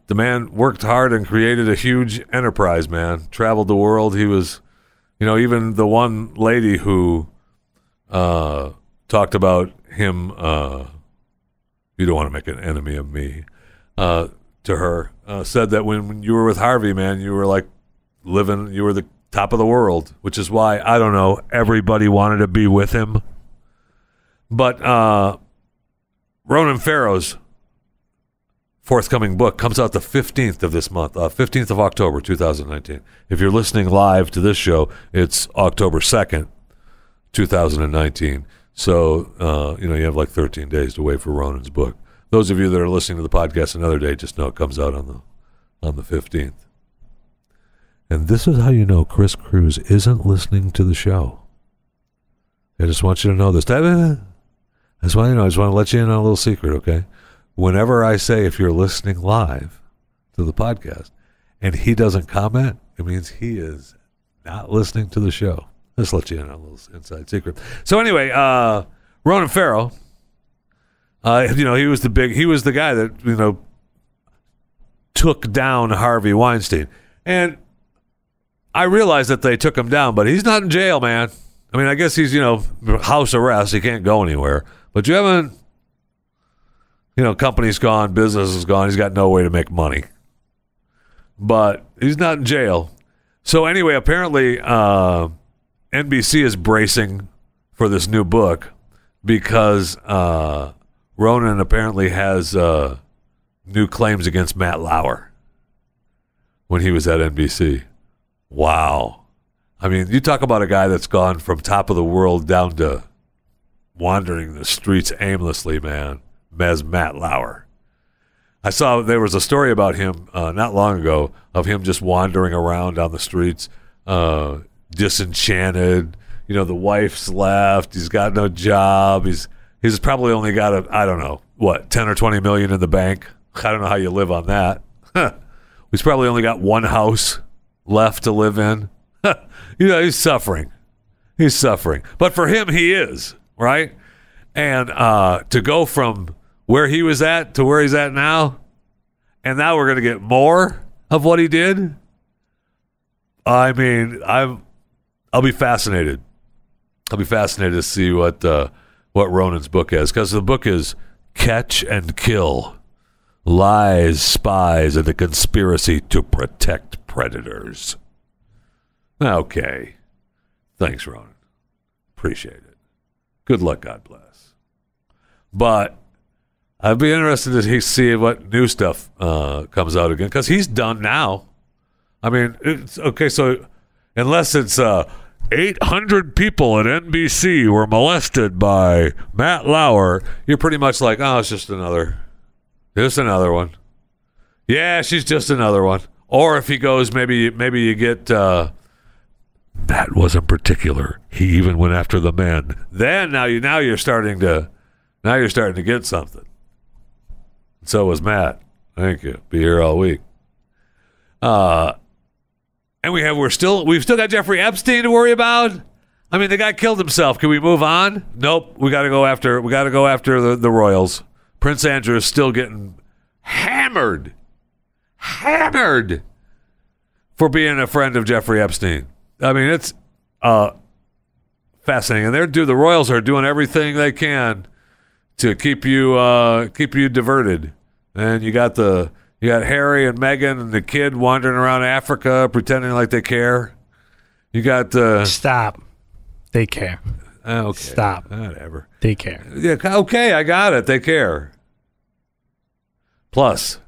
[SPEAKER 2] the man worked hard and created a huge enterprise. Man, traveled the world. He was, you know, even the one lady who uh, talked about him. Uh, you don't want to make an enemy of me uh, to her uh, said that when, when you were with harvey man you were like living you were the top of the world which is why i don't know everybody wanted to be with him but uh, ronan farrow's forthcoming book comes out the 15th of this month uh, 15th of october 2019 if you're listening live to this show it's october 2nd 2019. So, uh, you know, you have like 13 days to wait for Ronan's book. Those of you that are listening to the podcast another day just know it comes out on the on the 15th. And this is how you know Chris Cruz isn't listening to the show. I just want you to know this. I just want you to know. I just want to let you in on a little secret, okay? Whenever I say if you're listening live to the podcast and he doesn't comment, it means he is not listening to the show. Let's let you in on a little inside secret. So anyway, uh, Ronan Farrow, uh, you know, he was the big, he was the guy that you know took down Harvey Weinstein, and I realize that they took him down, but he's not in jail, man. I mean, I guess he's you know house arrest; he can't go anywhere. But you haven't, you know, company's gone, business is gone. He's got no way to make money, but he's not in jail. So anyway, apparently uh, NBC is bracing for this new book because uh, Ronan apparently has uh, new claims against Matt Lauer when he was at NBC. Wow. I mean, you talk about a guy that's gone from top of the world down to wandering the streets aimlessly, man, as Matt Lauer. I saw there was a story about him uh, not long ago of him just wandering around on the streets, uh, disenchanted. You know, the wife's left. He's got no job. He's he's probably only got a I don't know what ten or twenty million in the bank. I don't know how you live on that. Huh. He's probably only got one house left to live in. you know, he's suffering. He's suffering, but for him, he is right. And uh, to go from where he was at to where he's at now, and now we're going to get more of what he did. I mean, I'm I'll be fascinated. I'll be fascinated to see what uh, what Ronan's book is because the book is Catch and Kill: Lies, Spies, and the Conspiracy to Protect Predators. Okay, thanks, Ronan. Appreciate it. Good luck. God bless. But I'd be interested to he- see what new stuff uh, comes out again because he's done now. I mean, it's, okay, so unless it's uh, 800 people at NBC were molested by Matt Lauer, you're pretty much like, oh, it's just another, just another one. Yeah, she's just another one. Or if he goes, maybe maybe you get uh, that wasn't particular. He even went after the men. Then now you now you're starting to now you're starting to get something. So was Matt. Thank you. Be here all week. Uh and we have we're still we've still got Jeffrey Epstein to worry about. I mean, the guy killed himself. Can we move on? Nope. We got to go after we got to go after the, the Royals. Prince Andrew is still getting hammered, hammered for being a friend of Jeffrey Epstein. I mean, it's uh, fascinating. And they're do the Royals are doing everything they can to keep you uh, keep you diverted. And you got the you got Harry and Meghan and the kid wandering around Africa pretending like they care. You got uh,
[SPEAKER 3] Stop. They care.
[SPEAKER 2] ah, okay,
[SPEAKER 3] Stop.
[SPEAKER 2] whatever.
[SPEAKER 3] They care.
[SPEAKER 2] Yeah, okay, I got it. They care. Plus,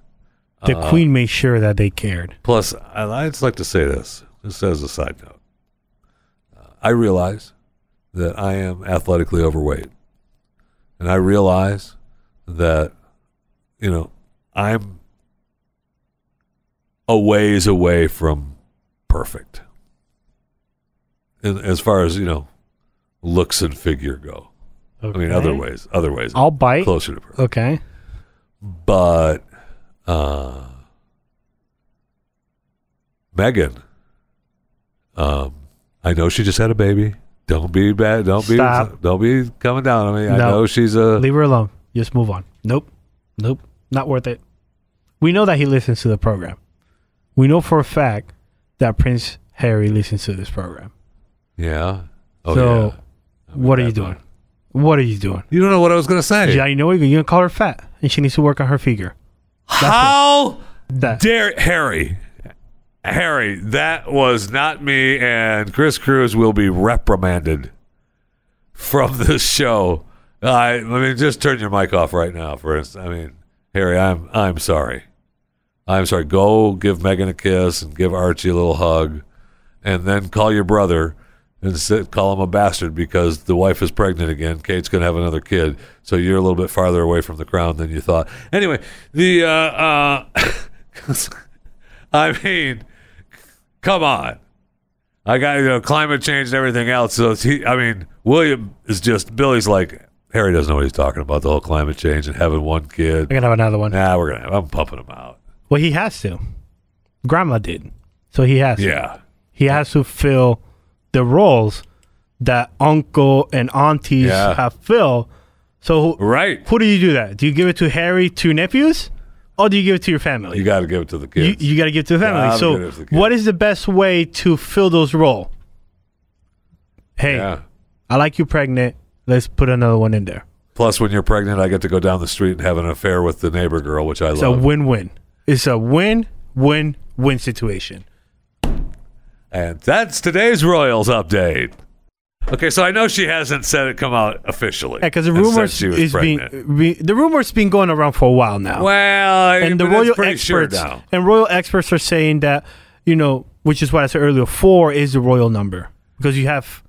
[SPEAKER 3] The
[SPEAKER 2] Uh,
[SPEAKER 3] queen made sure that they cared.
[SPEAKER 2] Plus, I- I'd just like to say this, just as a side note. Uh, I realize that I am athletically overweight. And I realize that, you know, I'm a ways away from perfect. And as far as, you know, looks and figure go. I mean, other
[SPEAKER 3] Okay.
[SPEAKER 2] ways, other ways.
[SPEAKER 3] I'll bite.
[SPEAKER 2] Closer to perfect
[SPEAKER 3] Okay.
[SPEAKER 2] but uh, Megan, um, I know she just had a baby. Don't be bad. Don't be.
[SPEAKER 3] Stop.
[SPEAKER 2] Don't be coming down on me. I
[SPEAKER 3] No.
[SPEAKER 2] know she's a.
[SPEAKER 3] Leave her alone. Just move on. Nope. Nope. Not worth it. We know that he listens to the program. We know for a fact that Prince Harry listens to this program.
[SPEAKER 2] Yeah. Oh
[SPEAKER 3] so,
[SPEAKER 2] yeah.
[SPEAKER 3] what are you
[SPEAKER 2] that
[SPEAKER 3] doing? What are you doing?
[SPEAKER 2] You don't know what I was gonna say.
[SPEAKER 3] Yeah, you know what you're gonna call her fat, and she needs to work on her figure.
[SPEAKER 2] How
[SPEAKER 3] That
[SPEAKER 2] dare Harry? Harry, that was not me, and Chris Cruz will be reprimanded from this show. I, I mean, just turn your mic off right now. For instance, I mean, Harry, I'm I'm sorry. I'm sorry. Go give Megan a kiss and give Archie a little hug, and then call your brother and sit, call him a bastard because the wife is pregnant again. Kate's going to have another kid, so you're a little bit farther away from the crown than you thought. Anyway, the uh, uh, I mean, come on. I got you know climate change and everything else. So it's- he, I mean, William is just Billy's like Harry doesn't know what he's talking about the whole climate change and having one
[SPEAKER 3] I
[SPEAKER 2] kid.
[SPEAKER 3] gotta have another one.
[SPEAKER 2] Nah, we're gonna. I'm pumping him out.
[SPEAKER 3] Well, he has to. Grandma did, so he has. to.
[SPEAKER 2] Yeah.
[SPEAKER 3] He has to fill the roles that uncle and aunties
[SPEAKER 2] Yeah.
[SPEAKER 3] have filled. So who,
[SPEAKER 2] Right.
[SPEAKER 3] who do you do that? Do you give it to Harry to nephews, or do you give it to your family?
[SPEAKER 2] You got to give it to the
[SPEAKER 3] you,
[SPEAKER 2] kids.
[SPEAKER 3] you got to give to the family.
[SPEAKER 2] Gotta
[SPEAKER 3] so,
[SPEAKER 2] give it to the kids.
[SPEAKER 3] what is the best way to fill those role? Hey,
[SPEAKER 2] yeah.
[SPEAKER 3] I like you pregnant. Let's put another one in there.
[SPEAKER 2] Plus, when you're pregnant, I get to go down the street and have an affair with the neighbor girl, which I
[SPEAKER 3] It's
[SPEAKER 2] love.
[SPEAKER 3] a win-win. It's a win-win-win situation.
[SPEAKER 2] and that's today's Royals update. Okay, so I know she hasn't said it come out officially.
[SPEAKER 3] Yeah, because the
[SPEAKER 2] and said
[SPEAKER 3] rumors
[SPEAKER 2] she was
[SPEAKER 3] is being
[SPEAKER 2] pregnant.
[SPEAKER 3] re- the rumors been going around for a while now,
[SPEAKER 2] Well,
[SPEAKER 3] and
[SPEAKER 2] but
[SPEAKER 3] the
[SPEAKER 2] it's
[SPEAKER 3] royal
[SPEAKER 2] pretty
[SPEAKER 3] experts
[SPEAKER 2] sure now.
[SPEAKER 3] and royal experts are saying that you know, which is what I said earlier. Four is the royal number because you have,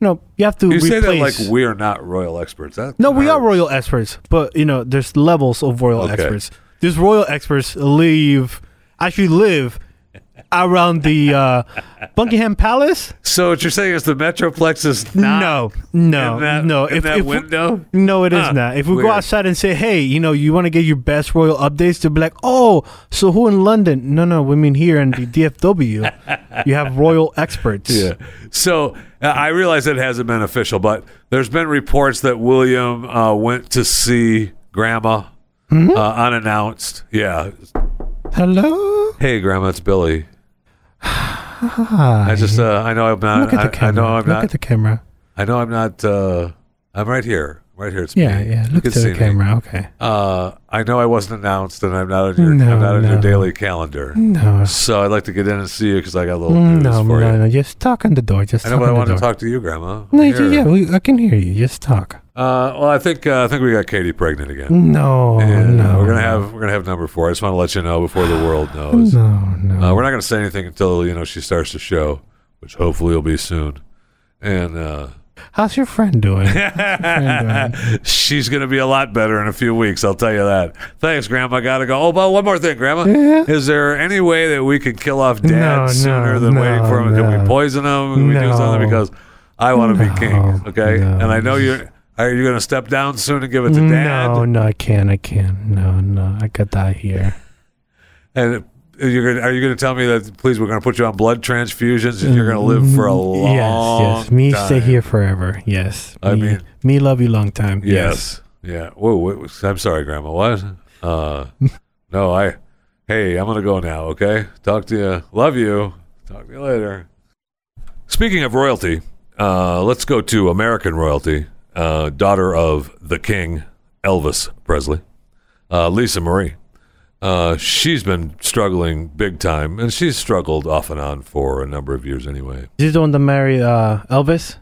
[SPEAKER 3] you know, you have to
[SPEAKER 2] You
[SPEAKER 3] replace.
[SPEAKER 2] say that like we're not royal experts. That
[SPEAKER 3] No, we are
[SPEAKER 2] hurts.
[SPEAKER 3] royal experts, but you know, there's levels of royal
[SPEAKER 2] Okay.
[SPEAKER 3] experts. These royal experts live, actually live around the uh, Buckingham Palace.
[SPEAKER 2] So what you're saying is the Metroplex is not
[SPEAKER 3] No, no,
[SPEAKER 2] in that,
[SPEAKER 3] no.
[SPEAKER 2] In that window,
[SPEAKER 3] No, it is
[SPEAKER 2] Huh,
[SPEAKER 3] not. If we
[SPEAKER 2] weird.
[SPEAKER 3] go outside and say, "Hey, you know, you want to get your best royal updates," they'll be like, "Oh, so who in London?" No, no, we mean here in the DFW, you have royal experts.
[SPEAKER 2] Yeah. So uh, I realize it hasn't been official, but there's been reports that William uh, went to see Grandma
[SPEAKER 3] Mm-hmm.
[SPEAKER 2] uh, unannounced. Yeah.
[SPEAKER 3] Hello.
[SPEAKER 2] Hey, Grandma, it's Billy. I just uh, I know I'm not.
[SPEAKER 3] Look at the
[SPEAKER 2] I- I,
[SPEAKER 3] camera.
[SPEAKER 2] know I'm
[SPEAKER 3] Look
[SPEAKER 2] not.
[SPEAKER 3] at the camera.
[SPEAKER 2] I know I'm not. Uh, I'm right here. Right here. It's
[SPEAKER 3] Yeah,
[SPEAKER 2] me.
[SPEAKER 3] yeah.
[SPEAKER 2] You
[SPEAKER 3] Look
[SPEAKER 2] can
[SPEAKER 3] to
[SPEAKER 2] see
[SPEAKER 3] the
[SPEAKER 2] me.
[SPEAKER 3] camera. Okay.
[SPEAKER 2] Uh, I know I wasn't announced, and I'm not on your.
[SPEAKER 3] No,
[SPEAKER 2] I'm not on your
[SPEAKER 3] no.
[SPEAKER 2] daily calendar.
[SPEAKER 3] No. Mm,
[SPEAKER 2] So I'd like to get in and see you because I got a little news
[SPEAKER 3] No,
[SPEAKER 2] for
[SPEAKER 3] no,
[SPEAKER 2] you.
[SPEAKER 3] no. Just talk on the door. Just
[SPEAKER 2] I know,
[SPEAKER 3] talk
[SPEAKER 2] but I
[SPEAKER 3] on the
[SPEAKER 2] wanted
[SPEAKER 3] door.
[SPEAKER 2] to talk to you, Grandma.
[SPEAKER 3] No,
[SPEAKER 2] Here.
[SPEAKER 3] yeah, we, I can hear you. Just talk.
[SPEAKER 2] Uh, well, I think uh, I think we got Katie pregnant again.
[SPEAKER 3] No,
[SPEAKER 2] And, uh,
[SPEAKER 3] no,
[SPEAKER 2] We're gonna have we're gonna have number four. I just want to let you know before the world knows.
[SPEAKER 3] no, no.
[SPEAKER 2] Uh, we're not going to say anything until you know she starts the show, which hopefully will be soon. And uh,
[SPEAKER 3] How's your friend doing? friend
[SPEAKER 2] she's going to be a lot better in a few weeks. I'll tell you that. Thanks, Grandma. Got to go. Oh, but one more thing, Grandma.
[SPEAKER 3] Yeah?
[SPEAKER 2] Is there any way that we could kill off Dad
[SPEAKER 3] No, no,
[SPEAKER 2] sooner than
[SPEAKER 3] no,
[SPEAKER 2] waiting for him? Can
[SPEAKER 3] no.
[SPEAKER 2] we poison him? Can we do
[SPEAKER 3] No.
[SPEAKER 2] something? Because I want to
[SPEAKER 3] No,
[SPEAKER 2] be king. Okay.
[SPEAKER 3] no.
[SPEAKER 2] And I know you're. Are you going to step down soon and give it to Dad?
[SPEAKER 3] no, no, I can't. I can't. No, no, I got that here.
[SPEAKER 2] And you're gonna, are you going to tell me that please we're going to put you on blood transfusions and you're going to live for a long
[SPEAKER 3] Mm, yes, yes. Me
[SPEAKER 2] time?
[SPEAKER 3] stay here forever. Yes.
[SPEAKER 2] I
[SPEAKER 3] me,
[SPEAKER 2] mean-
[SPEAKER 3] me love you long time.
[SPEAKER 2] Yes. Yeah. Whoa. Wait, wait, I'm sorry, Grandma. What? Uh, no. I. Hey, I'm gonna go now. Okay. Talk to you. Love you. Talk to you later. Speaking of royalty, uh, let's go to American royalty. Uh, daughter of the King, Elvis Presley, uh, Lisa Marie. Uh, she's been struggling big time, and she's struggled off and on for a number of years anyway.
[SPEAKER 3] This is the one that married uh, Elvis?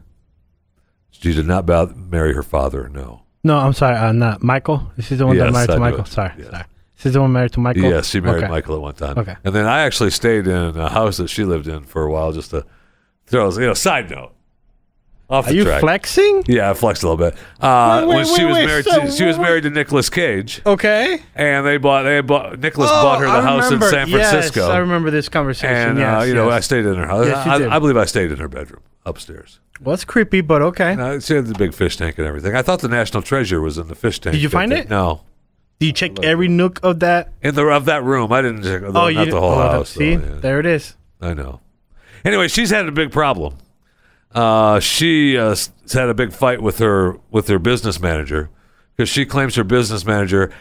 [SPEAKER 2] She did not bow- marry her father, no.
[SPEAKER 3] No, I'm sorry. Uh, not Michael. This is the one
[SPEAKER 2] Yes,
[SPEAKER 3] that married
[SPEAKER 2] I
[SPEAKER 3] to
[SPEAKER 2] do
[SPEAKER 3] Michael.
[SPEAKER 2] it.
[SPEAKER 3] Sorry.
[SPEAKER 2] Yes.
[SPEAKER 3] Sorry. This is the one married to Michael?
[SPEAKER 2] Yes, she married
[SPEAKER 3] Okay.
[SPEAKER 2] Michael at one time.
[SPEAKER 3] Okay.
[SPEAKER 2] And then I actually stayed in a house that she lived in for a while just to throw, you know, side note. Off
[SPEAKER 3] Are
[SPEAKER 2] the
[SPEAKER 3] you
[SPEAKER 2] track.
[SPEAKER 3] flexing?
[SPEAKER 2] Yeah, I flexed a little bit. Uh,
[SPEAKER 3] Wait, wait,
[SPEAKER 2] when she
[SPEAKER 3] wait,
[SPEAKER 2] was
[SPEAKER 3] wait,
[SPEAKER 2] married,
[SPEAKER 3] so
[SPEAKER 2] to, she was
[SPEAKER 3] what-
[SPEAKER 2] married to Nicolas Cage,
[SPEAKER 3] Okay.
[SPEAKER 2] and they bought they bought Nicolas
[SPEAKER 3] Oh,
[SPEAKER 2] bought her the
[SPEAKER 3] I
[SPEAKER 2] house
[SPEAKER 3] remember.
[SPEAKER 2] in San
[SPEAKER 3] Yes,
[SPEAKER 2] Francisco,
[SPEAKER 3] I remember this conversation.
[SPEAKER 2] and
[SPEAKER 3] yes,
[SPEAKER 2] uh, you know I
[SPEAKER 3] yes.
[SPEAKER 2] stayed in her house.
[SPEAKER 3] Yes, you did.
[SPEAKER 2] I, I believe I stayed in her bedroom upstairs.
[SPEAKER 3] well, it's creepy, but okay.
[SPEAKER 2] And I, she had the big fish tank and everything. I thought the national treasure was in the fish tank.
[SPEAKER 3] Did you
[SPEAKER 2] but
[SPEAKER 3] find
[SPEAKER 2] they-
[SPEAKER 3] it?
[SPEAKER 2] No,
[SPEAKER 3] Do you check every nook of that?
[SPEAKER 2] in the of that room. I didn't check.
[SPEAKER 3] oh,
[SPEAKER 2] not
[SPEAKER 3] you
[SPEAKER 2] the whole
[SPEAKER 3] oh,
[SPEAKER 2] house. though,
[SPEAKER 3] See,
[SPEAKER 2] yeah.
[SPEAKER 3] there it is.
[SPEAKER 2] I know. Anyway, she's had a big problem. Uh, she uh, s- had a big fight with her with her business manager because she claims her business manager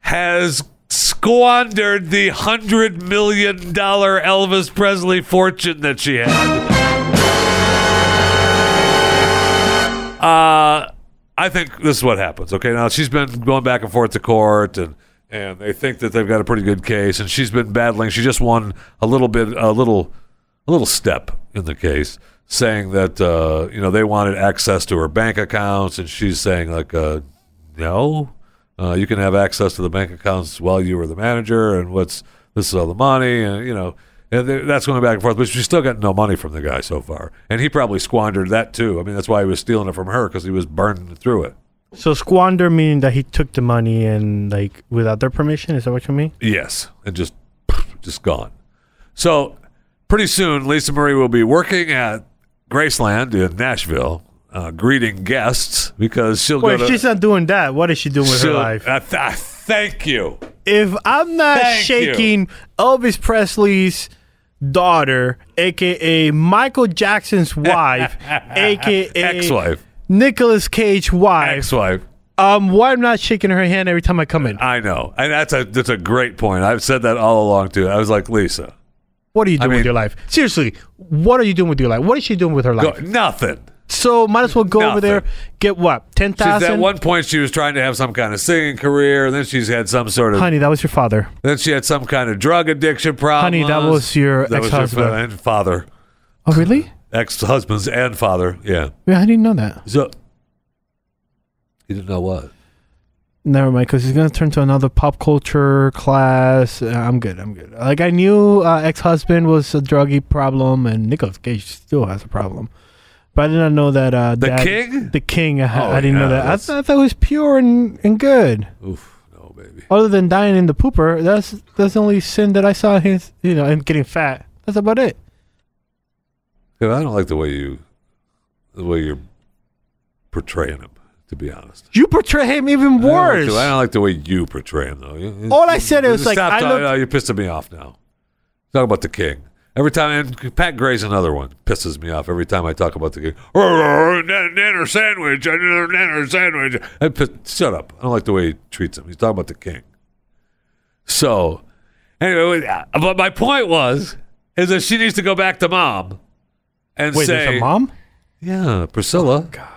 [SPEAKER 2] has squandered the hundred million dollar Elvis Presley fortune that she had. Uh, I think this is what happens. Okay, now she's been going back and forth to court, and and they think that they've got a pretty good case, and she's been battling. She just won a little bit, a little, a little step in the case, saying that uh, you know they wanted access to her bank accounts, and she's saying like, uh, no, uh, you can have access to the bank accounts while you were the manager, and what's this is all the money, and you know. And th- that's going back and forth, but she's still got no money from the guy so far, and he probably squandered that too. I mean, that's why he was stealing it from her because he was burning through it.
[SPEAKER 3] So squander meaning that he took the money and like without their permission. Is that what you mean?
[SPEAKER 2] Yes, and just just gone. So pretty soon, Lisa Marie will be working at Graceland in Nashville, uh, greeting guests because she'll
[SPEAKER 3] Well,
[SPEAKER 2] go
[SPEAKER 3] if
[SPEAKER 2] to.
[SPEAKER 3] she's not doing that, what is she doing with her
[SPEAKER 2] she'll-
[SPEAKER 3] life?
[SPEAKER 2] I th- I thank you.
[SPEAKER 3] If I'm not
[SPEAKER 2] Thank
[SPEAKER 3] shaking Elvis Presley's daughter, aka Michael Jackson's wife, aka
[SPEAKER 2] Ex-wife.
[SPEAKER 3] Nicholas Cage wife,
[SPEAKER 2] Ex-wife.
[SPEAKER 3] um, why I'm not shaking her hand every time I come in?
[SPEAKER 2] I know, and that's a that's a great point. I've said that all along too. I was like, Lisa,
[SPEAKER 3] What are you doing
[SPEAKER 2] mean-
[SPEAKER 3] with your life? Seriously, what are you doing with your life? What is she doing with her
[SPEAKER 2] go,
[SPEAKER 3] life?
[SPEAKER 2] nothing.
[SPEAKER 3] So might as well go over there,
[SPEAKER 2] Nothing.
[SPEAKER 3] get what ten
[SPEAKER 2] She's, at
[SPEAKER 3] thousand.
[SPEAKER 2] one point, she was trying to have some kind of singing career, and then she's had some sort of
[SPEAKER 3] Honey, that was your father.
[SPEAKER 2] Then she had some kind of drug addiction problem.
[SPEAKER 3] Honey, that was your
[SPEAKER 2] that was
[SPEAKER 3] ex-husband.
[SPEAKER 2] fa- and father,
[SPEAKER 3] Oh, really?
[SPEAKER 2] ex-husband's and father. Yeah.
[SPEAKER 3] Yeah, I didn't know that.
[SPEAKER 2] So he didn't know what.
[SPEAKER 3] Never mind, because he's gonna turn to another pop culture class. Uh, I'm good. I'm good. Like I knew uh, ex-husband was a druggy problem, and Nicolas Cage still has a problem. But I did not know that. Uh,
[SPEAKER 2] The
[SPEAKER 3] dad-
[SPEAKER 2] King?
[SPEAKER 3] The king. I,
[SPEAKER 2] Oh,
[SPEAKER 3] I didn't
[SPEAKER 2] yeah,
[SPEAKER 3] know that. I,
[SPEAKER 2] that's-
[SPEAKER 3] thought that was pure and, and good.
[SPEAKER 2] Oof, no, baby.
[SPEAKER 3] Other than dying in the pooper, that's that's the only sin that I saw. His, you know, and getting fat. That's about it.
[SPEAKER 2] Yeah, I don't like the way you, the way you're portraying him. To be honest,
[SPEAKER 3] You portray him even
[SPEAKER 2] I don't, like
[SPEAKER 3] worse.
[SPEAKER 2] the, I don't like the way you portray him though. You-
[SPEAKER 3] All I said was, like,
[SPEAKER 2] stop
[SPEAKER 3] I
[SPEAKER 2] talking-
[SPEAKER 3] looked-
[SPEAKER 2] no, you're pissing me off now. Talk about the King. Every time, and Pat Gray's another one pisses me off every time I talk about the king. "Arr, nan- Nanner sandwich, another nanner sandwich. I piss, shut up. I don't like the way he treats him. He's talking about the king. So, anyway, uh, but my point was is that she needs to go back to mom and
[SPEAKER 3] Wait,
[SPEAKER 2] say,
[SPEAKER 3] there's a mom.
[SPEAKER 2] Yeah, Priscilla.
[SPEAKER 3] Oh,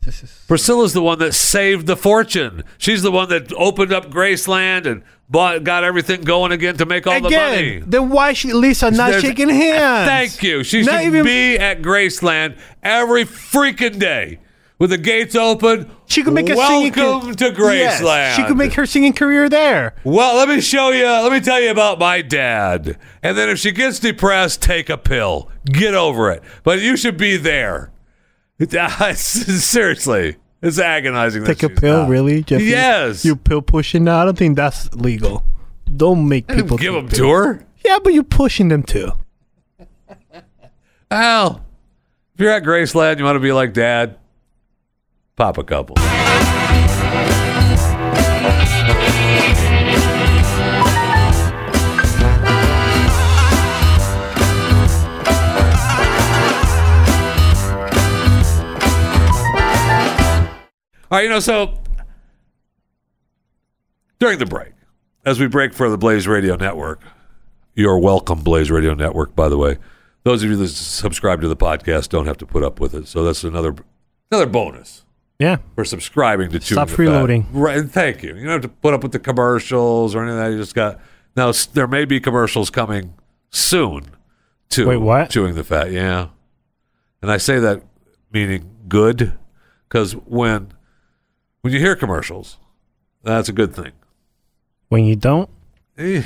[SPEAKER 3] This is
[SPEAKER 2] Priscilla's the one that saved the fortune. She's the one that opened up Graceland and bought, got everything going again to make all the
[SPEAKER 3] again.
[SPEAKER 2] money.
[SPEAKER 3] Then why she Lisa not
[SPEAKER 2] There's-
[SPEAKER 3] shaking hands?
[SPEAKER 2] Thank you. She
[SPEAKER 3] Not
[SPEAKER 2] should
[SPEAKER 3] even-
[SPEAKER 2] be at Graceland every freaking day with the gates open.
[SPEAKER 3] She could make a singing. ca-
[SPEAKER 2] Welcome to Graceland.
[SPEAKER 3] Yes, she could make her singing career there.
[SPEAKER 2] Well, let me show you. Let me tell you about my dad. And then if she gets depressed, take a pill. Get over it. But you should be there. Seriously, it's agonizing. that
[SPEAKER 3] Take a
[SPEAKER 2] she's
[SPEAKER 3] pill,
[SPEAKER 2] not.
[SPEAKER 3] really, Jeffy?
[SPEAKER 2] Yes.
[SPEAKER 3] You pill pushing? No, I don't think that's legal. Don't make
[SPEAKER 2] I didn't
[SPEAKER 3] people
[SPEAKER 2] give
[SPEAKER 3] take
[SPEAKER 2] them
[SPEAKER 3] pills.
[SPEAKER 2] to her.
[SPEAKER 3] Yeah, but you're pushing them too.
[SPEAKER 2] Al, if you're at Graceland, you want to be like dad. Pop a couple. All right, you know, so during the break, as we break for the Blaze Radio Network, you're welcome, Blaze Radio Network, by the way. Those of you that subscribe to the podcast don't have to put up with it. So that's another another bonus
[SPEAKER 3] Yeah.
[SPEAKER 2] for subscribing to Chewing
[SPEAKER 3] Stop
[SPEAKER 2] the Fat.
[SPEAKER 3] freeloading.
[SPEAKER 2] Right, and thank you. You don't have to put up with the commercials or any of that. You just got now. s- There may be commercials coming soon. To
[SPEAKER 3] Wait, what?
[SPEAKER 2] Chewing the fat, yeah. And I say that meaning good because when when you hear commercials, that's a good thing.
[SPEAKER 3] When you don't,
[SPEAKER 2] Eh.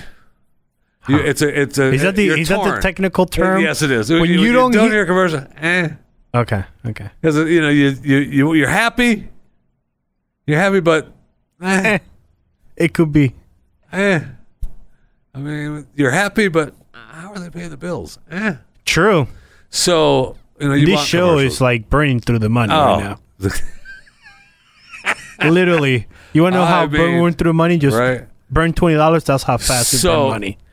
[SPEAKER 2] You, it's a it's a
[SPEAKER 3] is that the
[SPEAKER 2] you're
[SPEAKER 3] is that the
[SPEAKER 2] torn.
[SPEAKER 3] technical term?
[SPEAKER 2] Yes, it is.
[SPEAKER 3] When you, don't,
[SPEAKER 2] don't
[SPEAKER 3] hear-
[SPEAKER 2] hear commercials, eh.
[SPEAKER 3] okay, okay.
[SPEAKER 2] Because you know you you you you're happy, you're happy, but eh,
[SPEAKER 3] Eh. It could be.
[SPEAKER 2] eh. I mean, you're happy, but how are they paying the bills? Eh.
[SPEAKER 3] True.
[SPEAKER 2] So you know you
[SPEAKER 3] this
[SPEAKER 2] want Oh.
[SPEAKER 3] show is like burning through the money right
[SPEAKER 2] commercials.
[SPEAKER 3] now. Literally. You want to know
[SPEAKER 2] I
[SPEAKER 3] how
[SPEAKER 2] mean,
[SPEAKER 3] burn burn through money?
[SPEAKER 2] oh
[SPEAKER 3] Just
[SPEAKER 2] right.
[SPEAKER 3] burn twenty dollars. That's how fast you
[SPEAKER 2] So-
[SPEAKER 3] burn money.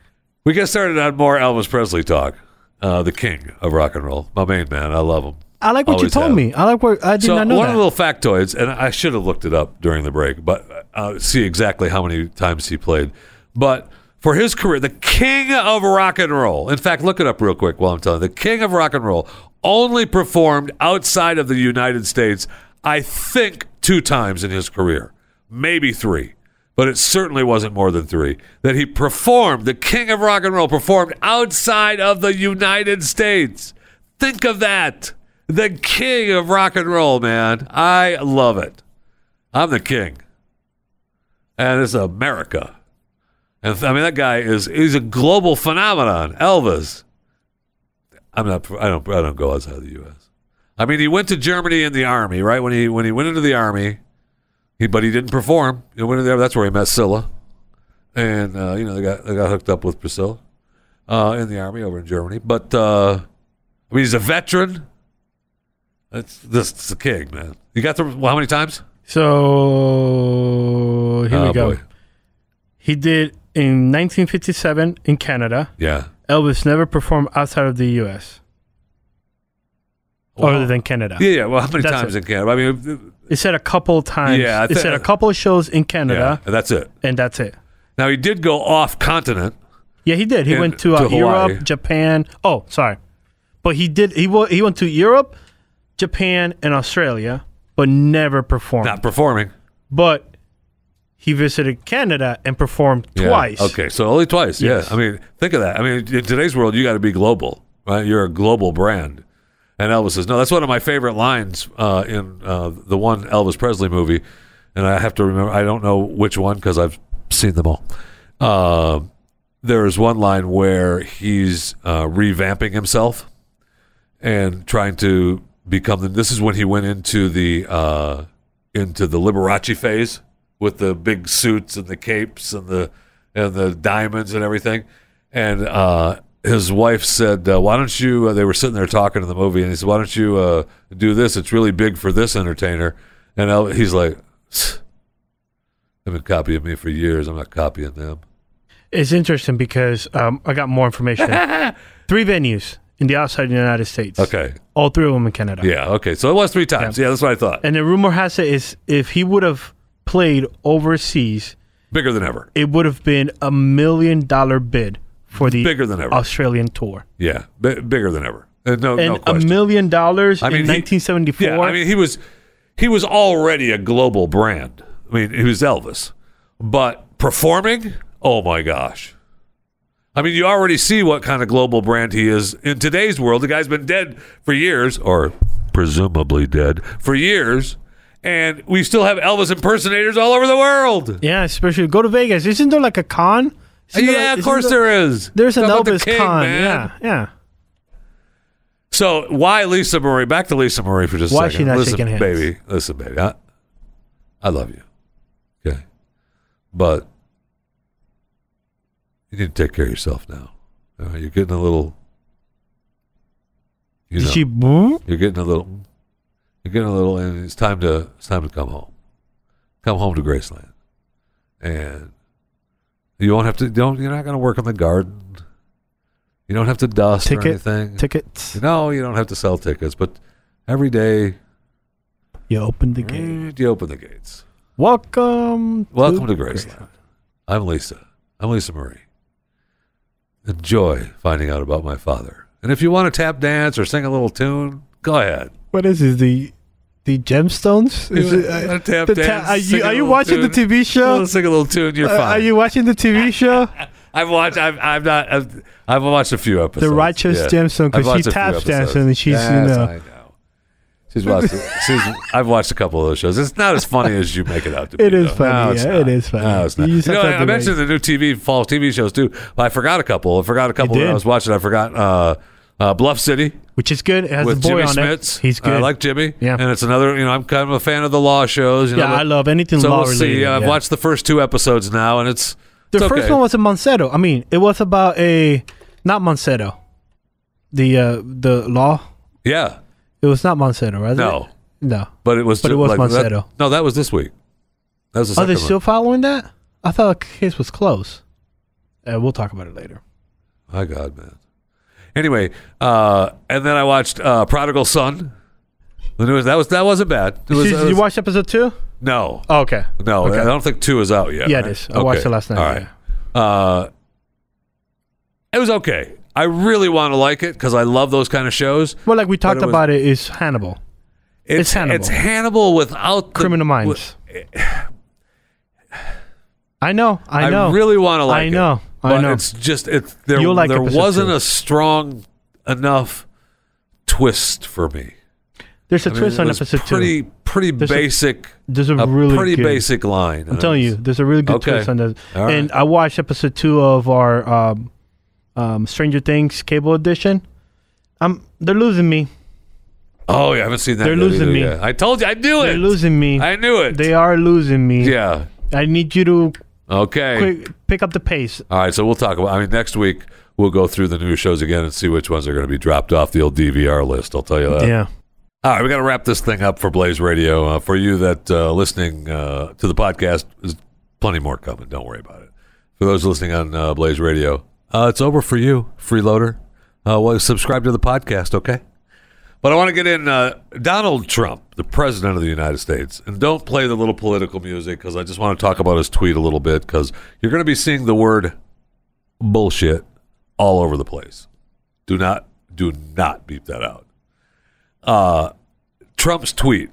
[SPEAKER 2] We get started on more Elvis Presley talk. Uh, the king of rock and roll, my main man. I love him.
[SPEAKER 3] I like what you
[SPEAKER 2] always
[SPEAKER 3] told
[SPEAKER 2] have.
[SPEAKER 3] me. I like what I did
[SPEAKER 2] so
[SPEAKER 3] not know
[SPEAKER 2] one
[SPEAKER 3] that.
[SPEAKER 2] of the little factoids, and I should have looked it up during the break, but uh, see exactly how many times he played. But for his career, the king of rock and roll. In fact, look it up real quick while I'm telling. you. The king of rock and roll only performed outside of the United States, I think, two times in his career, maybe three. But it certainly wasn't more than three that he performed. The king of rock and roll performed outside of the United States. Think of that. The king of rock and roll, man. I love it. I'm the king. And it's America. And I mean that guy is he's a global phenomenon. Elvis. I'm not I don't I don't go outside the US. I mean he went to Germany in the army, right? When he when he went into the army, he but he didn't perform. He went in there, that's where he met Scylla. And uh, you know, they got they got hooked up with Priscilla uh, in the army over in Germany. But uh I mean, he's a veteran. That's this is the king, man. You got the well, how many times?
[SPEAKER 3] so here
[SPEAKER 2] Oh,
[SPEAKER 3] we go.
[SPEAKER 2] boy.
[SPEAKER 3] He did in 1957 in Canada.
[SPEAKER 2] Yeah.
[SPEAKER 3] Elvis never performed outside of the U.S. other than Oh, Canada.
[SPEAKER 2] yeah, yeah. Well, how many
[SPEAKER 3] That's
[SPEAKER 2] times
[SPEAKER 3] it.
[SPEAKER 2] in Canada? I mean,
[SPEAKER 3] It said a couple times.
[SPEAKER 2] Yeah, I
[SPEAKER 3] it
[SPEAKER 2] thi-
[SPEAKER 3] said a couple of shows in
[SPEAKER 2] yeah,
[SPEAKER 3] Canada,
[SPEAKER 2] and that's it.
[SPEAKER 3] and that's it.
[SPEAKER 2] Now he did go off continent.
[SPEAKER 3] Yeah, he did. He
[SPEAKER 2] And
[SPEAKER 3] went to, uh,
[SPEAKER 2] to Hawaii.
[SPEAKER 3] Europe, Japan. Oh, sorry, but he did. He wa- he went to Europe, Japan, and Australia, but never performed.
[SPEAKER 2] Not performing
[SPEAKER 3] But he visited Canada and performed
[SPEAKER 2] Yeah.
[SPEAKER 3] twice.
[SPEAKER 2] Okay, so only twice.
[SPEAKER 3] Yes.
[SPEAKER 2] Yeah. I mean, think of that. I mean, in today's world, you got to be global, right? You're a global brand. And Elvis says, "No, that's one of my favorite lines uh, in uh, the one Elvis Presley movie." And I have to remember. I don't know which one because I've seen them all. Uh, there is one line where he's uh, revamping himself and trying to become the. This is when he went into the uh, into the Liberace phase with the big suits and the capes and the and the diamonds and everything. And uh, his wife said, uh, "Why don't you?" Uh, they were sitting there talking in the movie, and he said, "Why don't you uh, do this? It's really big for this entertainer." And El- he's like, "Tsk. "They've been copying me for years. I'm not copying them."
[SPEAKER 3] It's interesting because um, I got more information. three venues in the outside of the United States.
[SPEAKER 2] Okay,
[SPEAKER 3] all three of them in Canada.
[SPEAKER 2] yeah, okay. So it was three times. Yeah, that's what I thought.
[SPEAKER 3] And the rumor has it is if he would have played overseas,
[SPEAKER 2] Bigger than ever.
[SPEAKER 3] it would have been a million dollar bid for the
[SPEAKER 2] Bigger than ever.
[SPEAKER 3] Australian tour.
[SPEAKER 2] Yeah, b- bigger than ever. Uh, no, no
[SPEAKER 3] And a
[SPEAKER 2] question.
[SPEAKER 3] million dollars
[SPEAKER 2] I mean,
[SPEAKER 3] in
[SPEAKER 2] he-
[SPEAKER 3] 1974.
[SPEAKER 2] Yeah, I mean he was he was already a global brand. I mean, he was Elvis. But performing, oh my gosh. I mean, you already see what kind of global brand he is in today's world. The guy's been dead for years or presumably dead, for years, and we still have Elvis impersonators all over the world.
[SPEAKER 3] Yeah, especially go to Vegas. Isn't there like a con?
[SPEAKER 2] Yeah,
[SPEAKER 3] Isn't there, like-
[SPEAKER 2] of
[SPEAKER 3] isn't
[SPEAKER 2] course there is.
[SPEAKER 3] There's an
[SPEAKER 2] Talk about the
[SPEAKER 3] Elvis
[SPEAKER 2] king,
[SPEAKER 3] con.
[SPEAKER 2] man.
[SPEAKER 3] Yeah, yeah.
[SPEAKER 2] So why Lisa Marie? Back to Lisa Marie for just a
[SPEAKER 3] Why is
[SPEAKER 2] second.
[SPEAKER 3] she not
[SPEAKER 2] listen,
[SPEAKER 3] shaking hands?
[SPEAKER 2] baby. Listen, baby. I, I love you. Okay, but you need to take care of yourself now. All right, you're getting a little. You
[SPEAKER 3] Did
[SPEAKER 2] know,
[SPEAKER 3] she boo?
[SPEAKER 2] you're getting a little. You're getting a little, and it's time to it's time to come home. Come home to Graceland, and you won't have to. Don't you're not going to work on the garden. You don't have to dust or
[SPEAKER 3] Ticket,
[SPEAKER 2] anything.
[SPEAKER 3] tickets.
[SPEAKER 2] No, you don't have to sell tickets, but every day
[SPEAKER 3] You opened the gate.
[SPEAKER 2] eh, you open the gates.
[SPEAKER 3] Welcome.
[SPEAKER 2] Welcome to Graceland. I'm Lisa. I'm Lisa Marie. Enjoy finding out about my father. And if you want to tap dance or sing a little tune, go ahead.
[SPEAKER 3] What is this? The the gemstones? Is
[SPEAKER 2] Yeah,
[SPEAKER 3] it, uh,
[SPEAKER 2] a tap
[SPEAKER 3] the
[SPEAKER 2] dance,
[SPEAKER 3] are
[SPEAKER 2] sing
[SPEAKER 3] you
[SPEAKER 2] a
[SPEAKER 3] are you
[SPEAKER 2] little
[SPEAKER 3] watching the
[SPEAKER 2] tune.
[SPEAKER 3] TV show?
[SPEAKER 2] Well, sing a little tune. You're
[SPEAKER 3] Uh,
[SPEAKER 2] fine.
[SPEAKER 3] are you watching the TV show?
[SPEAKER 2] I've watched. I've, I've not. I've, I've watched a few episodes.
[SPEAKER 3] The Righteous Gemstone, 'cause
[SPEAKER 2] I've
[SPEAKER 3] she
[SPEAKER 2] watched a few
[SPEAKER 3] taps
[SPEAKER 2] episodes.
[SPEAKER 3] dancing and she's, you
[SPEAKER 2] Yes,
[SPEAKER 3] know.
[SPEAKER 2] I know. She's watched. she's, I've watched a couple of those shows. It's not as funny as you make it out to be.
[SPEAKER 3] It is
[SPEAKER 2] though.
[SPEAKER 3] funny,
[SPEAKER 2] No, it's
[SPEAKER 3] yeah,
[SPEAKER 2] not.
[SPEAKER 3] it is funny.
[SPEAKER 2] No, it's
[SPEAKER 3] You
[SPEAKER 2] not. You
[SPEAKER 3] just
[SPEAKER 2] know,
[SPEAKER 3] have to
[SPEAKER 2] I,
[SPEAKER 3] have
[SPEAKER 2] I
[SPEAKER 3] the
[SPEAKER 2] mentioned the new TV fall TV shows too. But I forgot a couple. I forgot a couple that I
[SPEAKER 3] did.
[SPEAKER 2] was watching. I forgot uh, uh, Bluff City
[SPEAKER 3] Which is good. It has
[SPEAKER 2] with
[SPEAKER 3] the boy
[SPEAKER 2] Jimmy
[SPEAKER 3] on
[SPEAKER 2] Smits.
[SPEAKER 3] it. He's good.
[SPEAKER 2] I like Jimmy.
[SPEAKER 3] Yeah.
[SPEAKER 2] And it's another. You know, I'm kind of a fan of the law shows. You
[SPEAKER 3] yeah,
[SPEAKER 2] know,
[SPEAKER 3] I love anything
[SPEAKER 2] So
[SPEAKER 3] law
[SPEAKER 2] we'll see.
[SPEAKER 3] related,
[SPEAKER 2] I've
[SPEAKER 3] yeah.
[SPEAKER 2] watched the first two episodes now, and it's
[SPEAKER 3] The
[SPEAKER 2] it's
[SPEAKER 3] first
[SPEAKER 2] okay.
[SPEAKER 3] one was a Monsanto. I mean, it was about a not Monsanto. The uh the law.
[SPEAKER 2] yeah.
[SPEAKER 3] It was not Monsanto, right?
[SPEAKER 2] No.
[SPEAKER 3] No.
[SPEAKER 2] But it was.
[SPEAKER 3] But it
[SPEAKER 2] ju-
[SPEAKER 3] was Oh,
[SPEAKER 2] like, that-
[SPEAKER 3] Monsanto.
[SPEAKER 2] no, that was this week. That was the
[SPEAKER 3] Are they
[SPEAKER 2] second
[SPEAKER 3] still
[SPEAKER 2] one.
[SPEAKER 3] following that? I thought the case was close. Uh, we'll talk about it later.
[SPEAKER 2] My God, man. Anyway, uh, and then I watched uh, Prodigal Son. The newest, that was that wasn't bad. It was,
[SPEAKER 3] you,
[SPEAKER 2] it
[SPEAKER 3] you
[SPEAKER 2] was-
[SPEAKER 3] watched episode two?
[SPEAKER 2] no,
[SPEAKER 3] Oh, okay.
[SPEAKER 2] no.
[SPEAKER 3] okay.
[SPEAKER 2] I don't think two is out yet.
[SPEAKER 3] Yeah,
[SPEAKER 2] right?
[SPEAKER 3] it is. I watched it last night,
[SPEAKER 2] All right. Uh, it was okay. I really want to like it because I love those kind of shows.
[SPEAKER 3] Well, like we talked
[SPEAKER 2] it was-
[SPEAKER 3] about, it is Hannibal,
[SPEAKER 2] It's,
[SPEAKER 3] Hannibal.
[SPEAKER 2] It's Hannibal without the,
[SPEAKER 3] Criminal Minds.
[SPEAKER 2] with-
[SPEAKER 3] I know. I
[SPEAKER 2] I,
[SPEAKER 3] know.
[SPEAKER 2] really want to like
[SPEAKER 3] I
[SPEAKER 2] it.
[SPEAKER 3] know, I
[SPEAKER 2] but
[SPEAKER 3] know.
[SPEAKER 2] It's just it. There,
[SPEAKER 3] You'll like
[SPEAKER 2] there
[SPEAKER 3] episode
[SPEAKER 2] wasn't
[SPEAKER 3] two.
[SPEAKER 2] a strong enough twist for me.
[SPEAKER 3] There's a
[SPEAKER 2] I mean,
[SPEAKER 3] twist
[SPEAKER 2] it
[SPEAKER 3] on
[SPEAKER 2] was
[SPEAKER 3] episode
[SPEAKER 2] pretty,
[SPEAKER 3] two.
[SPEAKER 2] Pretty
[SPEAKER 3] There's a-
[SPEAKER 2] basic.
[SPEAKER 3] There's a
[SPEAKER 2] a
[SPEAKER 3] really
[SPEAKER 2] pretty
[SPEAKER 3] good-
[SPEAKER 2] basic line.
[SPEAKER 3] I'm telling you, there's a really good
[SPEAKER 2] Okay.
[SPEAKER 3] twist on that.
[SPEAKER 2] All
[SPEAKER 3] And
[SPEAKER 2] right.
[SPEAKER 3] I watched episode two of our um, um, Stranger Things cable edition. I'm they're losing me.
[SPEAKER 2] Oh, yeah, I haven't seen that.
[SPEAKER 3] They're
[SPEAKER 2] yet
[SPEAKER 3] losing
[SPEAKER 2] either,
[SPEAKER 3] me.
[SPEAKER 2] yeah. I told you. I knew it.
[SPEAKER 3] They're losing me.
[SPEAKER 2] I knew it.
[SPEAKER 3] they are losing me.
[SPEAKER 2] yeah.
[SPEAKER 3] I need you to
[SPEAKER 2] Okay.
[SPEAKER 3] quick, pick up the pace.
[SPEAKER 2] All right. So we'll talk about. I mean, next week we'll go through the new shows again and see which ones are going to be dropped off the old DVR list. I'll tell you that.
[SPEAKER 3] yeah.
[SPEAKER 2] All right, we got to wrap this thing up for Blaze Radio. Uh, for you that uh, listening uh, to the podcast, there's plenty more coming. Don't worry about it. For those listening on uh, Blaze Radio, uh, it's over for you, freeloader. Uh, well, subscribe to the podcast, okay? But I want to get in uh, Donald Trump, the president of the United States, and don't play the little political music because I just want to talk about his tweet a little bit because you're going to be seeing the word bullshit all over the place. Do not, do not beep that out uh, Trump's tweet.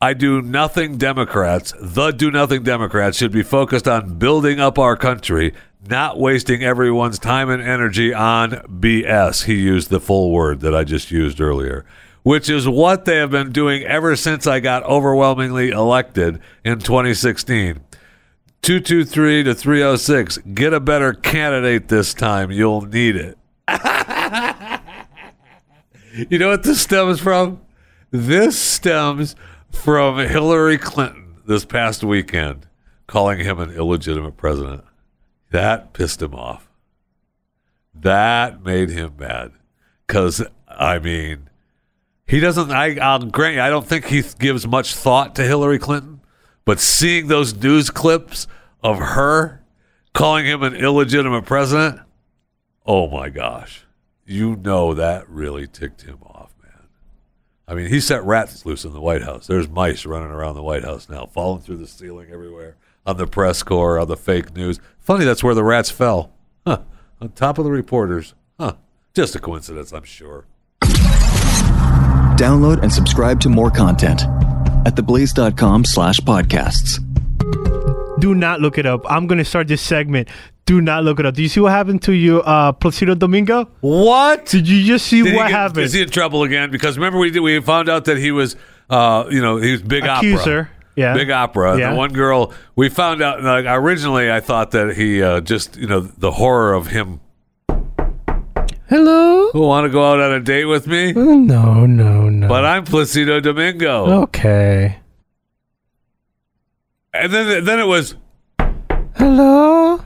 [SPEAKER 2] I do nothing Democrats, the do nothing Democrats should be focused on building up our country, not wasting everyone's time and energy on BS. He used the full word that I just used earlier, which is what they have been doing ever since I got overwhelmingly elected in 2016. 223 to 306. Get a better candidate this time. You'll need it. You know what this stems from? This stems from Hillary Clinton this past weekend calling him an illegitimate president. That pissed him off. That made him mad. Because, I mean, he doesn't, I, I'll grant you, I don't think he gives much thought to Hillary Clinton, but seeing those news clips of her calling him an illegitimate president, oh my gosh you know that really ticked him off, man. I mean, he set rats loose in the White House. There's mice running around the White House now, falling through the ceiling everywhere on the press corps, on the fake news. Funny, that's where the rats fell. Huh. On top of the reporters. Huh. Just a coincidence, I'm sure.
[SPEAKER 1] Download and subscribe to more content at theblaze.com slash podcasts.
[SPEAKER 3] Do not look it up. I'm gonna start this segment. Do not look it up. Do you see what happened to your uh, Placido Domingo?
[SPEAKER 2] What?
[SPEAKER 3] Did you just see
[SPEAKER 2] Did he
[SPEAKER 3] what
[SPEAKER 2] get-
[SPEAKER 3] happened?
[SPEAKER 2] Is he in trouble again? Because remember we did, we found out that he was, uh, you know, he was big
[SPEAKER 3] Accuser.
[SPEAKER 2] opera.
[SPEAKER 3] Yeah.
[SPEAKER 2] Big opera.
[SPEAKER 3] Yeah.
[SPEAKER 2] The one girl we found out. Like, originally, I thought that he uh, just, you know, the horror of him.
[SPEAKER 3] Hello?
[SPEAKER 2] Who want to go out on a date with me?
[SPEAKER 3] No, no, no.
[SPEAKER 2] But I'm Placido Domingo.
[SPEAKER 3] Oh, okay.
[SPEAKER 2] And then, then it was,
[SPEAKER 3] Hello?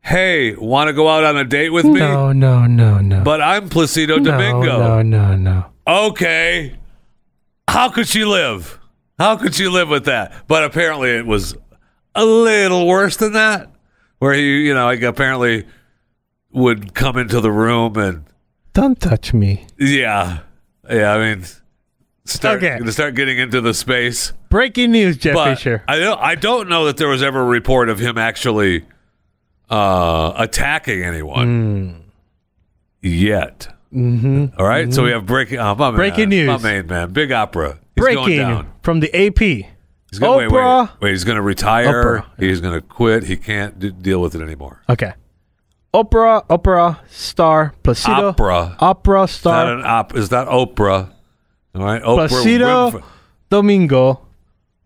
[SPEAKER 2] hey, want to go out on a date with me?
[SPEAKER 3] No, no, no, no.
[SPEAKER 2] But I'm Placido
[SPEAKER 3] no,
[SPEAKER 2] Domingo.
[SPEAKER 3] No, no, no.
[SPEAKER 2] okay, how could she live? How could she live with that? But apparently it was a little worse than that, where he, you know, like apparently would come into the room and
[SPEAKER 3] Don't touch me.
[SPEAKER 2] yeah, yeah. I mean, start
[SPEAKER 3] Okay.
[SPEAKER 2] to start getting into the space.
[SPEAKER 3] Breaking news, Jeff
[SPEAKER 2] But
[SPEAKER 3] Fisher.
[SPEAKER 2] I don't, I don't know that there was ever a report of him actually uh, attacking anyone
[SPEAKER 3] Hmm.
[SPEAKER 2] yet. Mm-hmm. right, so we have breaking oh, my man,
[SPEAKER 3] Breaking
[SPEAKER 2] My
[SPEAKER 3] news.
[SPEAKER 2] main man, big opera. He's going
[SPEAKER 3] Breaking
[SPEAKER 2] down.
[SPEAKER 3] from the AP.
[SPEAKER 2] He's gonna, wait, wait,
[SPEAKER 3] Oprah.
[SPEAKER 2] wait, he's going to retire.
[SPEAKER 3] Oprah,
[SPEAKER 2] He's going to quit. He can't d- deal with it anymore.
[SPEAKER 3] Okay. Opera, opera star, Placido.
[SPEAKER 2] Opera.
[SPEAKER 3] Opera
[SPEAKER 2] Is that
[SPEAKER 3] star,
[SPEAKER 2] an op? Is that Oprah? All right, Oprah.
[SPEAKER 3] Placido
[SPEAKER 2] Winfrey.
[SPEAKER 3] Domingo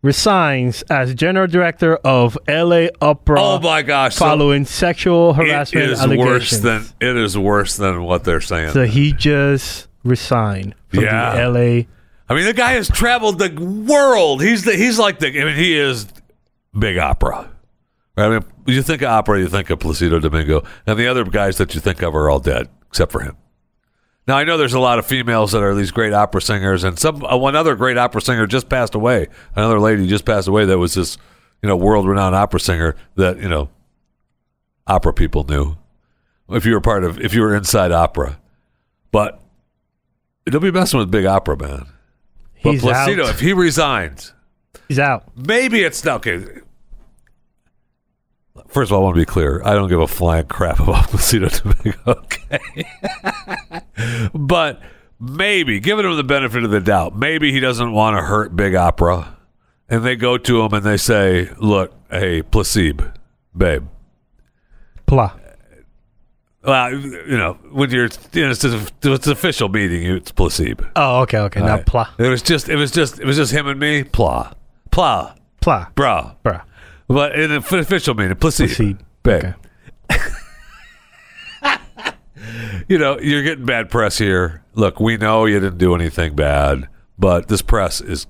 [SPEAKER 3] resigns as general director of LA Opera
[SPEAKER 2] Oh my gosh! so
[SPEAKER 3] following sexual
[SPEAKER 2] it
[SPEAKER 3] harassment
[SPEAKER 2] is worse
[SPEAKER 3] allegations.
[SPEAKER 2] than it is worse than what they're saying.
[SPEAKER 3] so he just resigned from
[SPEAKER 2] Yeah.
[SPEAKER 3] the LA.
[SPEAKER 2] I mean, the guy has traveled the world. He's the he's like the. I mean, he is big opera. Right? I mean, you think of opera, you think of Placido Domingo, and the other guys that you think of are all dead except for him. Now I know there's a lot of females that are these great opera singers, and some uh, one other great opera singer just passed away. Another lady just passed away that was this you know world renowned opera singer that you know opera people knew if you were part of if you were inside opera, but. It'll be messing with big opera, man. But
[SPEAKER 3] He's
[SPEAKER 2] Placido,
[SPEAKER 3] out.
[SPEAKER 2] if he resigns,
[SPEAKER 3] He's out.
[SPEAKER 2] maybe it's not okay. First of all, I want to be clear. I don't give a flying crap about Placido Domingo, okay? but maybe, giving him the benefit of the doubt, maybe he doesn't want to hurt Big Opera. And they go to him and they say, look, hey, Placebe, babe,
[SPEAKER 3] Pla.
[SPEAKER 2] well, you know, when you're, you know, it's, just- it's an official meeting, it's Placebe.
[SPEAKER 3] Oh, okay, okay. Now
[SPEAKER 2] Right.
[SPEAKER 3] pla.
[SPEAKER 2] It was just, it was just, it was just him and me, plah, plah,
[SPEAKER 3] Pla.
[SPEAKER 2] bruh.
[SPEAKER 3] Bruh.
[SPEAKER 2] But in an official meaning, placebo.
[SPEAKER 3] Placebo.
[SPEAKER 2] Babe.
[SPEAKER 3] Okay.
[SPEAKER 2] you know, you're getting bad press here. Look, we know you didn't do anything bad, but this press is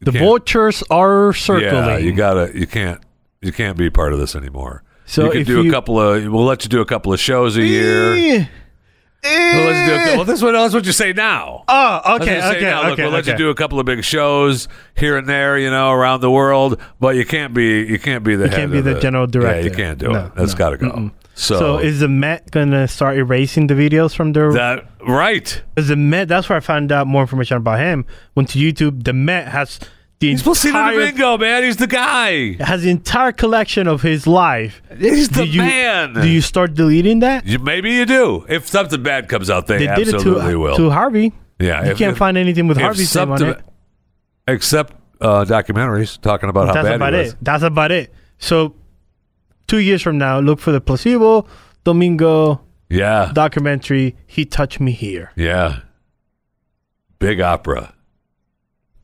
[SPEAKER 3] The
[SPEAKER 2] can't-
[SPEAKER 3] vultures are
[SPEAKER 2] yeah.
[SPEAKER 3] circling.
[SPEAKER 2] You gotta, you can't, you can't be part of this anymore.
[SPEAKER 3] So
[SPEAKER 2] you can
[SPEAKER 3] if
[SPEAKER 2] do
[SPEAKER 3] you-
[SPEAKER 2] a couple of. We'll let you do a couple of shows a year.
[SPEAKER 3] Eh.
[SPEAKER 2] Well, let's do a, cou- well, that's what that's what you say now.
[SPEAKER 3] Oh,
[SPEAKER 2] That's what
[SPEAKER 3] okay,
[SPEAKER 2] you say
[SPEAKER 3] okay,
[SPEAKER 2] now. Look,
[SPEAKER 3] okay.
[SPEAKER 2] we'll let
[SPEAKER 3] okay.
[SPEAKER 2] you do a couple of big shows here and there, you know, around the world, but you can't be you can't be the
[SPEAKER 3] You
[SPEAKER 2] head
[SPEAKER 3] can't be
[SPEAKER 2] of
[SPEAKER 3] the general
[SPEAKER 2] Yeah, you
[SPEAKER 3] director.
[SPEAKER 2] can't do
[SPEAKER 3] No,
[SPEAKER 2] it. That's
[SPEAKER 3] no.
[SPEAKER 2] got to go.
[SPEAKER 3] Mm-mm.
[SPEAKER 2] So,
[SPEAKER 3] So is the Met gonna start erasing the videos from their?
[SPEAKER 2] that right?
[SPEAKER 3] Because the Met, that's where I found out more information about him. Went to YouTube. The Met has the
[SPEAKER 2] He's Placido
[SPEAKER 3] entire
[SPEAKER 2] Domingo, man. He's the guy.
[SPEAKER 3] has the entire collection of his life.
[SPEAKER 2] He's the
[SPEAKER 3] do you,
[SPEAKER 2] man.
[SPEAKER 3] Do you start deleting that?
[SPEAKER 2] You- maybe you do. If something bad comes out, they,
[SPEAKER 3] They did it
[SPEAKER 2] absolutely
[SPEAKER 3] to,
[SPEAKER 2] will.
[SPEAKER 3] to Harvey.
[SPEAKER 2] yeah,
[SPEAKER 3] you
[SPEAKER 2] if-
[SPEAKER 3] can't
[SPEAKER 2] if-
[SPEAKER 3] find anything with
[SPEAKER 2] if
[SPEAKER 3] Harvey's name on
[SPEAKER 2] something-
[SPEAKER 3] it.
[SPEAKER 2] except uh, documentaries talking about how
[SPEAKER 3] That's
[SPEAKER 2] bad
[SPEAKER 3] about
[SPEAKER 2] he
[SPEAKER 3] it.
[SPEAKER 2] was.
[SPEAKER 3] That's about it. So, two years from now, look for the placebo Domingo
[SPEAKER 2] Yeah,
[SPEAKER 3] documentary. He touched me here.
[SPEAKER 2] yeah. Big opera.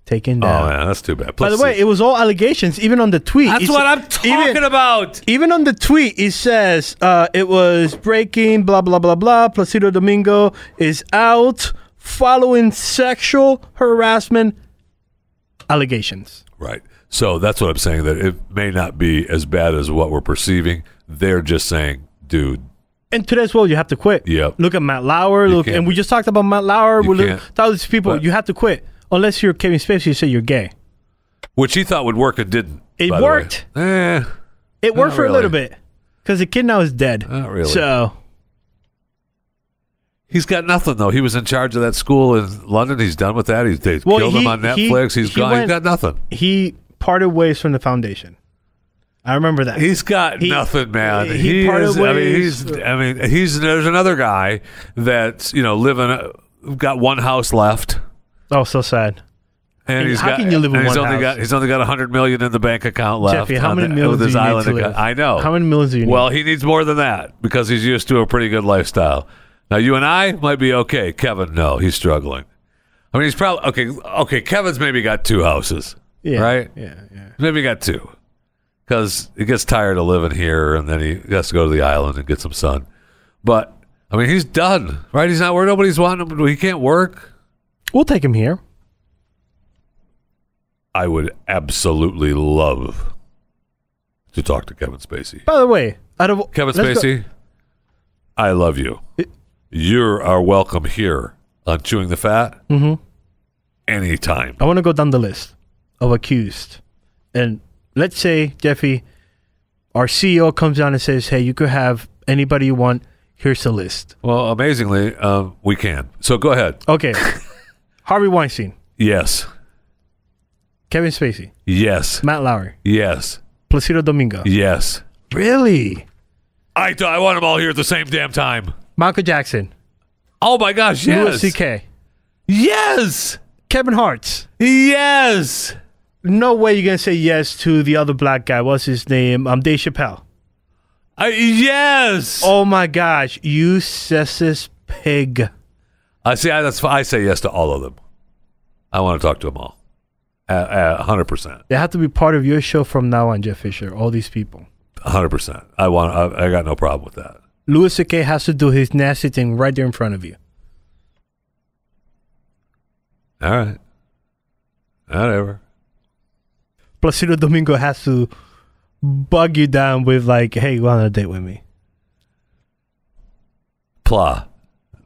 [SPEAKER 3] Taken
[SPEAKER 2] Oh
[SPEAKER 3] down.
[SPEAKER 2] man, that's too bad.
[SPEAKER 3] By the
[SPEAKER 2] Placebo-
[SPEAKER 3] way, it was all allegations, even on the tweet.
[SPEAKER 2] that's
[SPEAKER 3] It's-
[SPEAKER 2] what I'm talking
[SPEAKER 3] even-
[SPEAKER 2] about.
[SPEAKER 3] Even on the tweet, it says uh, it was breaking, blah, blah, blah, blah. Placido Domingo is out following sexual harassment allegations.
[SPEAKER 2] Right. So that's what I'm saying. That it may not be as bad as what we're perceiving. They're just saying, dude,
[SPEAKER 3] In today's world, you have to quit.
[SPEAKER 2] Yep.
[SPEAKER 3] Look at Matt Lauer.
[SPEAKER 2] You
[SPEAKER 3] look,
[SPEAKER 2] can't.
[SPEAKER 3] and we just talked about Matt Lauer.
[SPEAKER 2] You
[SPEAKER 3] We look,
[SPEAKER 2] can't.
[SPEAKER 3] all these people,
[SPEAKER 2] But-
[SPEAKER 3] you have to quit unless you're Kevin Spacey. You say you're gay.
[SPEAKER 2] which he thought would work, it didn't.
[SPEAKER 3] It
[SPEAKER 2] by the way.
[SPEAKER 3] worked.
[SPEAKER 2] Eh,
[SPEAKER 3] It worked
[SPEAKER 2] Not
[SPEAKER 3] for a little
[SPEAKER 2] really.
[SPEAKER 3] bit because the kid now is dead.
[SPEAKER 2] Not really.
[SPEAKER 3] So
[SPEAKER 2] he's got nothing though. He was in charge of that school in London. He's done with that. He's they
[SPEAKER 3] Well,
[SPEAKER 2] killed him
[SPEAKER 3] he-
[SPEAKER 2] on
[SPEAKER 3] he-
[SPEAKER 2] Netflix. he's
[SPEAKER 3] he
[SPEAKER 2] gone.
[SPEAKER 3] went-
[SPEAKER 2] he's got nothing.
[SPEAKER 3] he parted ways from the foundation. I remember that.
[SPEAKER 2] He's got
[SPEAKER 3] He-
[SPEAKER 2] nothing, man.
[SPEAKER 3] he
[SPEAKER 2] He,
[SPEAKER 3] parted
[SPEAKER 2] is. I mean,
[SPEAKER 3] ways-
[SPEAKER 2] he's. I mean, he's. There's another guy uh, that's you know living, got one house left.
[SPEAKER 3] oh, so sad.
[SPEAKER 2] And,
[SPEAKER 3] And
[SPEAKER 2] he's
[SPEAKER 3] how
[SPEAKER 2] got,
[SPEAKER 3] can you live in
[SPEAKER 2] and he's
[SPEAKER 3] one
[SPEAKER 2] only
[SPEAKER 3] house?
[SPEAKER 2] got he's only got 100 million in the bank account left.
[SPEAKER 3] Jeffy, how
[SPEAKER 2] on
[SPEAKER 3] many
[SPEAKER 2] the-
[SPEAKER 3] millions
[SPEAKER 2] with
[SPEAKER 3] do
[SPEAKER 2] his
[SPEAKER 3] you need
[SPEAKER 2] island
[SPEAKER 3] to
[SPEAKER 2] account.
[SPEAKER 3] live?
[SPEAKER 2] I know.
[SPEAKER 3] How many millions do you need?
[SPEAKER 2] Well, he needs more than that because he's used to a pretty good lifestyle. Now you and I might be okay. Kevin, no, he's struggling. I mean, he's probably okay. Okay, Kevin's maybe got two houses.
[SPEAKER 3] yeah,
[SPEAKER 2] right?
[SPEAKER 3] Yeah, yeah.
[SPEAKER 2] Maybe he got two because he gets tired of living here and then he has to go to the island and get some sun. But I mean, he's done, right? He's not where nobody's wanting him. He can't work.
[SPEAKER 3] We'll take him here.
[SPEAKER 2] I would absolutely love to talk to Kevin Spacey.
[SPEAKER 3] By the way, out of
[SPEAKER 2] Kevin
[SPEAKER 3] let's go-
[SPEAKER 2] Spacey, I love you. You are welcome here on Chewing the Fat anytime.
[SPEAKER 3] I want to go down the list of accused, and let's say Jeffy, our CEO comes down and says, "Hey, you could have anybody you want. Here's the list."
[SPEAKER 2] Well, amazingly, um, we can. So go ahead.
[SPEAKER 3] Okay, Harvey Weinstein,
[SPEAKER 2] Yes.
[SPEAKER 3] Kevin Spacey,
[SPEAKER 2] Yes.
[SPEAKER 3] Matt Lowry,
[SPEAKER 2] Yes.
[SPEAKER 3] Placido Domingo.
[SPEAKER 2] Yes.
[SPEAKER 3] Really,
[SPEAKER 2] I, I want them all here at the same damn time.
[SPEAKER 3] Michael Jackson,
[SPEAKER 2] Oh my gosh, yes.
[SPEAKER 3] Louis C.K.,
[SPEAKER 2] Yes.
[SPEAKER 3] Kevin Hart.
[SPEAKER 2] Yes.
[SPEAKER 3] No way you're gonna say yes to the other black guy. What's his name? Um, Dave Chappelle.
[SPEAKER 2] I, yes.
[SPEAKER 3] Oh my gosh, you sexist pig.
[SPEAKER 2] I Uh, see. I, that's, I say yes to all of them. I want to talk to them all. A- a- 100%.
[SPEAKER 3] They have to be part of your show from now on, Jeff Fisher. All these people.
[SPEAKER 2] 100%. I want I, I got no problem with that.
[SPEAKER 3] Louis C.K. has to do his nasty thing right there in front of you.
[SPEAKER 2] All right. Whatever.
[SPEAKER 3] Placido Domingo has to bug you down with like, "Hey, go on a date with me."
[SPEAKER 2] Plah.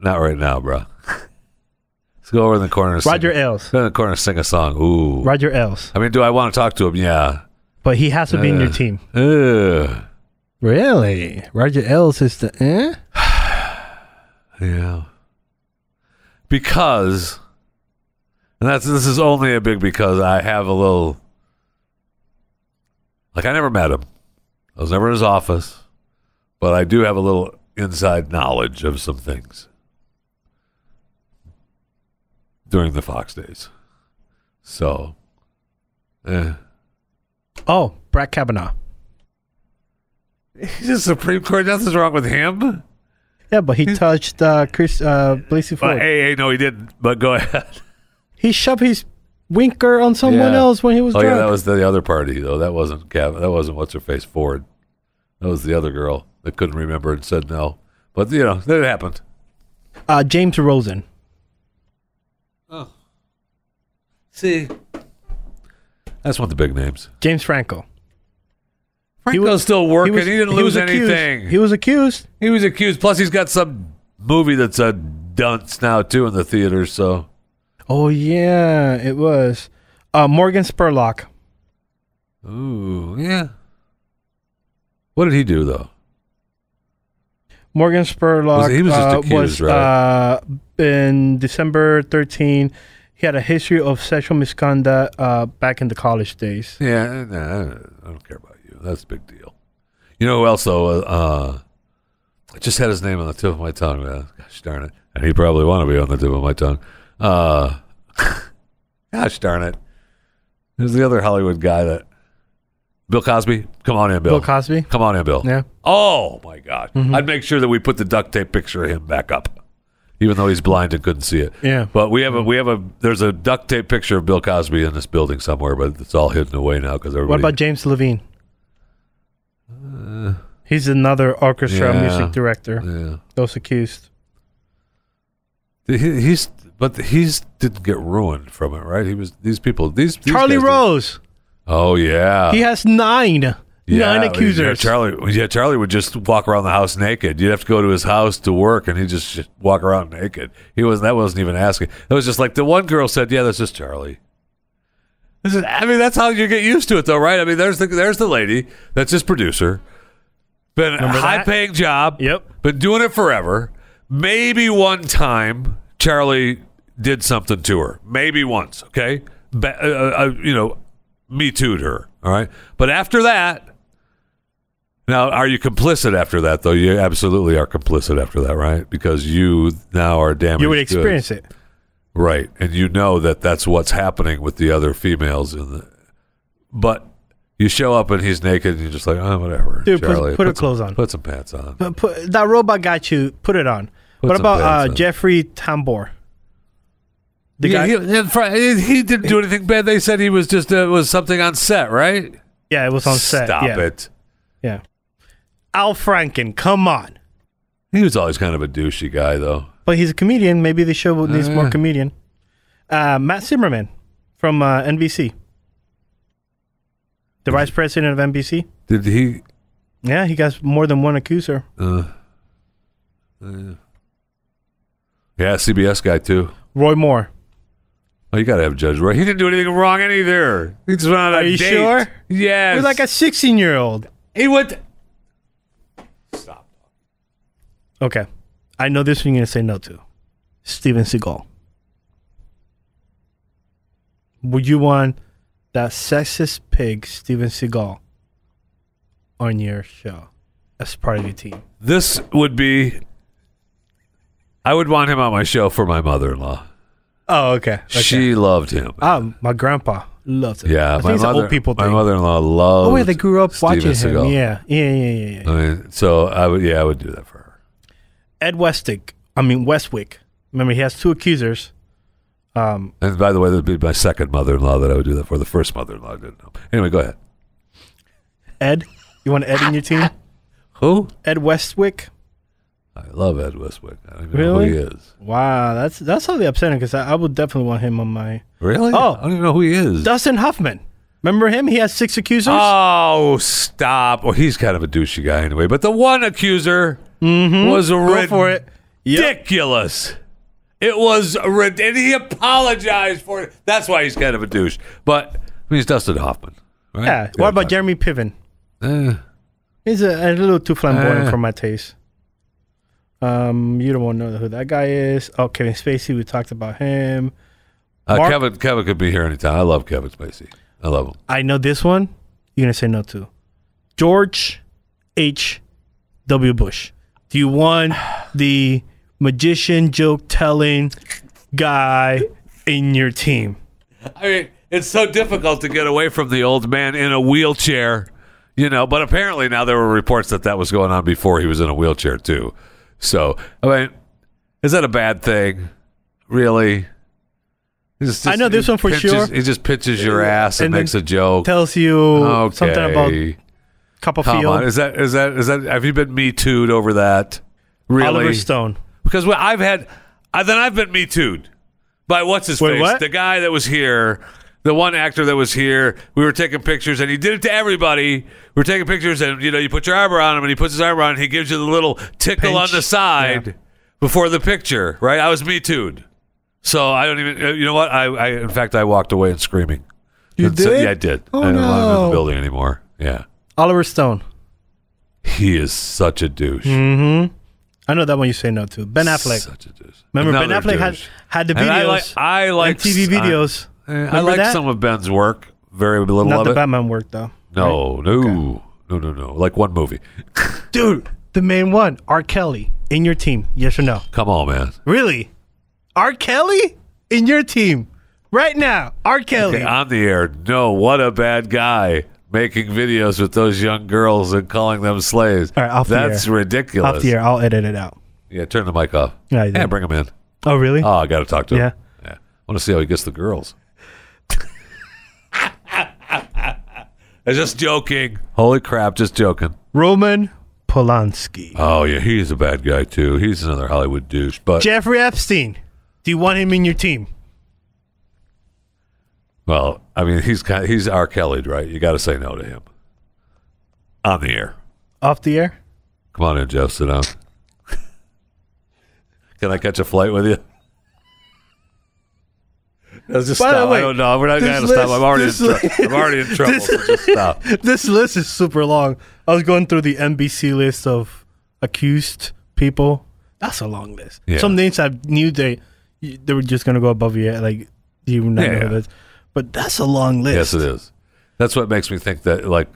[SPEAKER 2] Not right now, bro. Let's go over in the corner. And
[SPEAKER 3] Roger
[SPEAKER 2] sing,
[SPEAKER 3] Ailes.
[SPEAKER 2] Go in the corner and sing a song. Ooh.
[SPEAKER 3] Roger Ailes,
[SPEAKER 2] I mean, do I want to talk to him? Yeah.
[SPEAKER 3] but he has to be in your
[SPEAKER 2] Ugh.
[SPEAKER 3] team.
[SPEAKER 2] Ugh.
[SPEAKER 3] Really, Roger Ailes is the eh?
[SPEAKER 2] Yeah. Because and that's this is only a big because I have a little like I never met him. I was never in his office, but I do have a little inside knowledge of some things during the Fox days. So, eh.
[SPEAKER 3] Oh, Brett Kavanaugh.
[SPEAKER 2] he's a Supreme Court. Nothing's wrong with him.
[SPEAKER 3] Yeah, but he touched uh, Chris uh, Blasey Ford.
[SPEAKER 2] But hey, hey, no, he didn't. But go ahead.
[SPEAKER 3] he shoved his winker on someone
[SPEAKER 2] Yeah.
[SPEAKER 3] else when he was
[SPEAKER 2] Oh
[SPEAKER 3] drunk.
[SPEAKER 2] yeah, that was the other party though. That wasn't Gavin. That wasn't what's her face Ford. That was the other girl that couldn't remember and said no. But you know, that happened.
[SPEAKER 3] uh, James Rosen.
[SPEAKER 2] See, that's one of the big names.
[SPEAKER 3] James Franco.
[SPEAKER 2] Franco's still working. He, didn't lose
[SPEAKER 3] was accused-
[SPEAKER 2] anything.
[SPEAKER 3] He was accused.
[SPEAKER 2] He was accused. Plus, he's got some movie that's a dunce now too in the theater. So
[SPEAKER 3] Oh yeah, it was. Uh, Morgan Spurlock.
[SPEAKER 2] ooh yeah. What did he do though?
[SPEAKER 3] Morgan Spurlock
[SPEAKER 2] Was he- he was just
[SPEAKER 3] uh,
[SPEAKER 2] accused,
[SPEAKER 3] was, uh, in December 13. He had a history of sexual misconduct uh, back in the college days.
[SPEAKER 2] Yeah, nah, I don't care about you. That's a big deal. You know who else though? Uh, I just had his name on the tip of my tongue. Man. Gosh darn it! And he probably want to be on the tip of my tongue. Uh, gosh darn it! There's the other Hollywood guy that Bill Cosby. Come on in, Bill.
[SPEAKER 3] Bill Cosby.
[SPEAKER 2] Come on in, Bill.
[SPEAKER 3] Yeah. Mm-hmm.
[SPEAKER 2] Oh my God! I'd make sure that we put the duct tape picture of him back up, even though he's blind and couldn't see it.
[SPEAKER 3] Yeah.
[SPEAKER 2] But we have a we have a there's a duct tape picture of Bill Cosby in this building somewhere, but it's all hidden away now because everybody. Uh.
[SPEAKER 3] What about James Levine? He's another orchestra
[SPEAKER 2] yeah.
[SPEAKER 3] music director.
[SPEAKER 2] Yeah.
[SPEAKER 3] Those accused.
[SPEAKER 2] He, he's but he's didn't get ruined from it, right? He was these people these, these
[SPEAKER 3] Charlie
[SPEAKER 2] guys did-
[SPEAKER 3] Rose.
[SPEAKER 2] Oh yeah.
[SPEAKER 3] he has nine.
[SPEAKER 2] Yeah,
[SPEAKER 3] nine
[SPEAKER 2] yeah,
[SPEAKER 3] accusers.
[SPEAKER 2] Charlie, yeah, Charlie would just walk around the house naked. You'd have to go to his house to work, and he'd just sh- walk around naked. He was that wasn't even asking. It was just like the one girl said, "Yeah, that's just Charlie." This is, I mean, that's how you get used to it, though, right? I mean, there's the there's the lady that's his producer, been
[SPEAKER 3] Remember
[SPEAKER 2] a
[SPEAKER 3] that?
[SPEAKER 2] high paying job,
[SPEAKER 3] Yep.
[SPEAKER 2] been doing it forever. Maybe one time Charlie did something to her. Maybe once, okay, Ba uh, uh, you know, me too'd her, all right. But after that. Now, are you complicit after that, though? You absolutely are complicit after that, right? Because you now are damaged.
[SPEAKER 3] You would
[SPEAKER 2] goods.
[SPEAKER 3] experience it.
[SPEAKER 2] Right. And you know that that's what's happening with the other females in the but you show up and he's naked and you're just like, "Oh, whatever."
[SPEAKER 3] Dude, put-
[SPEAKER 2] Charlie,
[SPEAKER 3] put her
[SPEAKER 2] some-
[SPEAKER 3] clothes on.
[SPEAKER 2] Put some pants on.
[SPEAKER 3] But put, that robot got you. Put it on.
[SPEAKER 2] Put
[SPEAKER 3] what
[SPEAKER 2] some
[SPEAKER 3] about
[SPEAKER 2] pants
[SPEAKER 3] uh,
[SPEAKER 2] on.
[SPEAKER 3] Jeffrey Tambor? The
[SPEAKER 2] yeah,
[SPEAKER 3] guy.
[SPEAKER 2] he, in front- he- he didn't do anything bad. They said he was just uh, was something on set, right?
[SPEAKER 3] yeah, it was on set.
[SPEAKER 2] Stop
[SPEAKER 3] yeah.
[SPEAKER 2] it.
[SPEAKER 3] Yeah. Al Franken, come on.
[SPEAKER 2] He was always kind of a douchey guy, though.
[SPEAKER 3] But he's a comedian. Maybe the show needs more
[SPEAKER 2] yeah.
[SPEAKER 3] comedian. Uh, Matt Zimmerman from uh, NBC, the vice president of NBC.
[SPEAKER 2] Did he?
[SPEAKER 3] Yeah, he got more than one accuser.
[SPEAKER 2] Uh, uh, yeah, CBS guy too.
[SPEAKER 3] Roy Moore.
[SPEAKER 2] Oh, you gotta have Judge Roy. He didn't do anything wrong either. He just went on a
[SPEAKER 3] Are you
[SPEAKER 2] date.
[SPEAKER 3] sure?
[SPEAKER 2] Yes.
[SPEAKER 3] He's like a 16 year old.
[SPEAKER 2] he went. Stop.
[SPEAKER 3] Okay. I know this one you're going to say no to. Steven Seagal. Would you want that sexist pig, Steven Seagal, on your show as part of your team?
[SPEAKER 2] This would be. I would want him on my show for my mother-in-law.
[SPEAKER 3] Oh, okay. okay.
[SPEAKER 2] She loved him.
[SPEAKER 3] Oh, my grandpa loved it.
[SPEAKER 2] Yeah,
[SPEAKER 3] I think
[SPEAKER 2] my
[SPEAKER 3] it's
[SPEAKER 2] mother,
[SPEAKER 3] an old people
[SPEAKER 2] my
[SPEAKER 3] thing.
[SPEAKER 2] mother-in-law loved.
[SPEAKER 3] oh, yeah, they grew up
[SPEAKER 2] Steven
[SPEAKER 3] watching him.
[SPEAKER 2] Seagal.
[SPEAKER 3] Yeah, yeah, yeah, yeah. yeah.
[SPEAKER 2] I mean, so I would. Yeah, I would do that for her.
[SPEAKER 3] Ed Westick. I mean Westwick. Remember, he has two accusers. Um,
[SPEAKER 2] And by the way, that'd be my second mother-in-law that I would do that for. The first mother-in-law I didn't know. Anyway, go ahead.
[SPEAKER 3] Ed, you want Ed in your team?
[SPEAKER 2] Who?
[SPEAKER 3] Ed Westwick.
[SPEAKER 2] I love Ed Westwick. I don't even
[SPEAKER 3] Really?
[SPEAKER 2] know who he is.
[SPEAKER 3] Wow, that's that's really upsetting because I, I would definitely want him on my
[SPEAKER 2] Really?
[SPEAKER 3] Oh.
[SPEAKER 2] I don't even know who he is.
[SPEAKER 3] Dustin Hoffman. Remember him? He has six accusers.
[SPEAKER 2] Oh, stop. Well, he's kind of a douchey guy anyway. But the one accuser was
[SPEAKER 3] Mm-hmm. Go for it. Yep.
[SPEAKER 2] ridiculous. It was rid- and he apologized for it. That's why he's kind of a douche. But I mean, he's Dustin Hoffman, right?
[SPEAKER 3] Yeah. What about Jeremy Piven?
[SPEAKER 2] Eh,
[SPEAKER 3] He's a, a little too flamboyant
[SPEAKER 2] Uh.
[SPEAKER 3] for my taste. Um, you don't want to know who that guy is. Oh, Kevin Spacey. We talked about him.
[SPEAKER 2] uh,
[SPEAKER 3] Mark-
[SPEAKER 2] Kevin? Kevin could be here anytime. I love Kevin Spacey. I love him.
[SPEAKER 3] I know this one. You're gonna say no to George H. W. Bush. Do you want the magician joke telling guy in your team?
[SPEAKER 2] I mean, it's so difficult to get away from the old man in a wheelchair, you know. But apparently now there were reports that that was going on before he was in a wheelchair too. So I mean, is that a bad thing? Really? He's Just,
[SPEAKER 3] I know this
[SPEAKER 2] he
[SPEAKER 3] one for
[SPEAKER 2] pinches-
[SPEAKER 3] sure.
[SPEAKER 2] He just pitches your ass and,
[SPEAKER 3] And then
[SPEAKER 2] makes a joke.
[SPEAKER 3] Tells you
[SPEAKER 2] Oh. okay.
[SPEAKER 3] something about cup of
[SPEAKER 2] Come on,
[SPEAKER 3] field.
[SPEAKER 2] is that is that is that? Have you been me too'd over that? Really?
[SPEAKER 3] Oliver Stone.
[SPEAKER 2] Because what I've had, I, then I've been me too'd by what's his
[SPEAKER 3] Wait,
[SPEAKER 2] face,
[SPEAKER 3] what?
[SPEAKER 2] the guy that was here, the one actor that was here. We were taking pictures, and he did it to everybody. We were taking pictures, and you know, you put your arm around him, and he puts his arm around, and he gives you the little tickle
[SPEAKER 3] Pinch.
[SPEAKER 2] on the side before the picture. Right? I was me too'd, so I don't even. uh, You know what? I, I in fact, I walked away and screaming.
[SPEAKER 3] You
[SPEAKER 2] And so-
[SPEAKER 3] did?
[SPEAKER 2] yeah, I did.
[SPEAKER 3] Oh,
[SPEAKER 2] I don't want him in
[SPEAKER 3] no.
[SPEAKER 2] the building anymore. Yeah,
[SPEAKER 3] Oliver Stone.
[SPEAKER 2] he is such a douche.
[SPEAKER 3] I know that one you say no to. Mm. Ben Affleck.
[SPEAKER 2] Such a douche.
[SPEAKER 3] Remember Ben
[SPEAKER 2] Another
[SPEAKER 3] Affleck had,
[SPEAKER 2] douche.
[SPEAKER 3] had the videos.
[SPEAKER 2] And I like I like
[SPEAKER 3] and TV
[SPEAKER 2] I- eh,
[SPEAKER 3] videos.
[SPEAKER 2] I,
[SPEAKER 3] Remember
[SPEAKER 2] like
[SPEAKER 3] that?
[SPEAKER 2] some of Ben's work. Very little
[SPEAKER 3] Not
[SPEAKER 2] of
[SPEAKER 3] the
[SPEAKER 2] it.
[SPEAKER 3] Batman work though.
[SPEAKER 2] no, no, no, no, no. Like one movie.
[SPEAKER 3] Dude, the main one, R. Kelly, in your team. Yes or no?
[SPEAKER 2] Come on, man.
[SPEAKER 3] Really? R. Kelly in your team right now? R. Kelly.
[SPEAKER 2] Okay, on the air. No, what a bad guy making videos with those young girls and calling them slaves.
[SPEAKER 3] All right, off the
[SPEAKER 2] That's
[SPEAKER 3] air.
[SPEAKER 2] ridiculous.
[SPEAKER 3] Off the air, I'll edit it out.
[SPEAKER 2] Yeah, turn the mic off.
[SPEAKER 3] Yeah, I did.
[SPEAKER 2] yeah, bring him in.
[SPEAKER 3] Oh, really?
[SPEAKER 2] Oh, I got to talk to
[SPEAKER 3] Yeah.
[SPEAKER 2] him. Yeah, I want to see how he gets the girls. I was just joking. Holy crap, just joking.
[SPEAKER 3] Roman Polanski.
[SPEAKER 2] Oh yeah, he's a bad guy too. He's another Hollywood douche. But
[SPEAKER 3] Jeffrey Epstein. Do you want him in your team?
[SPEAKER 2] well, I mean, he's kind he's R. Kelly, right? You got to say no to him on the air.
[SPEAKER 3] Off the air?
[SPEAKER 2] Come on in, Jeff. Sit down. Can I catch a flight with you? Let's just
[SPEAKER 3] By the
[SPEAKER 2] stop.
[SPEAKER 3] way,
[SPEAKER 2] I don't know. We're not
[SPEAKER 3] this
[SPEAKER 2] going to stop.
[SPEAKER 3] list-
[SPEAKER 2] I'm already in
[SPEAKER 3] this
[SPEAKER 2] trouble.
[SPEAKER 3] list-
[SPEAKER 2] I'm already in trouble.
[SPEAKER 3] this-
[SPEAKER 2] so just stop.
[SPEAKER 3] This list is super long. I was going through the NBC list of accused people. That's a long list.
[SPEAKER 2] Yeah.
[SPEAKER 3] Some names I knew they they were just gonna go above you. Like you would not
[SPEAKER 2] Yeah,
[SPEAKER 3] know
[SPEAKER 2] yeah.
[SPEAKER 3] this, but that's a long
[SPEAKER 2] Yes,
[SPEAKER 3] list.
[SPEAKER 2] it is. That's what makes me think that like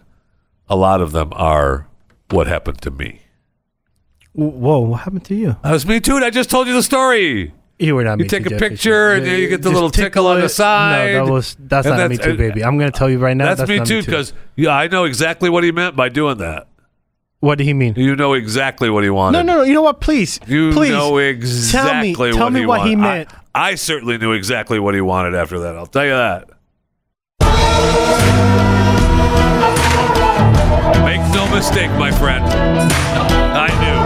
[SPEAKER 2] a lot of them are what happened to me.
[SPEAKER 3] Whoa, what happened to you?
[SPEAKER 2] That was me too. and I just told you the story.
[SPEAKER 3] You were not.
[SPEAKER 2] You
[SPEAKER 3] Me
[SPEAKER 2] take
[SPEAKER 3] Too,
[SPEAKER 2] a
[SPEAKER 3] Jeffy.
[SPEAKER 2] picture, and
[SPEAKER 3] Yeah,
[SPEAKER 2] then you get the
[SPEAKER 3] just
[SPEAKER 2] little tickle on the
[SPEAKER 3] it.
[SPEAKER 2] side.
[SPEAKER 3] No, that was that's
[SPEAKER 2] And
[SPEAKER 3] not
[SPEAKER 2] that's-
[SPEAKER 3] me too, baby. I'm gonna tell you right now.
[SPEAKER 2] That's,
[SPEAKER 3] That's,
[SPEAKER 2] me
[SPEAKER 3] not
[SPEAKER 2] too, because yeah, I know exactly what he meant by doing that.
[SPEAKER 3] what did he mean?
[SPEAKER 2] You know exactly what he wanted.
[SPEAKER 3] No, no, no. You know what? Please,
[SPEAKER 2] You
[SPEAKER 3] please
[SPEAKER 2] know exactly
[SPEAKER 3] tell me,
[SPEAKER 2] what,
[SPEAKER 3] tell me
[SPEAKER 2] he
[SPEAKER 3] what
[SPEAKER 2] wanted.
[SPEAKER 3] he
[SPEAKER 2] I-
[SPEAKER 3] meant.
[SPEAKER 2] I, certainly knew exactly what he wanted after that. I'll tell you that. Make no mistake, my friend. I knew.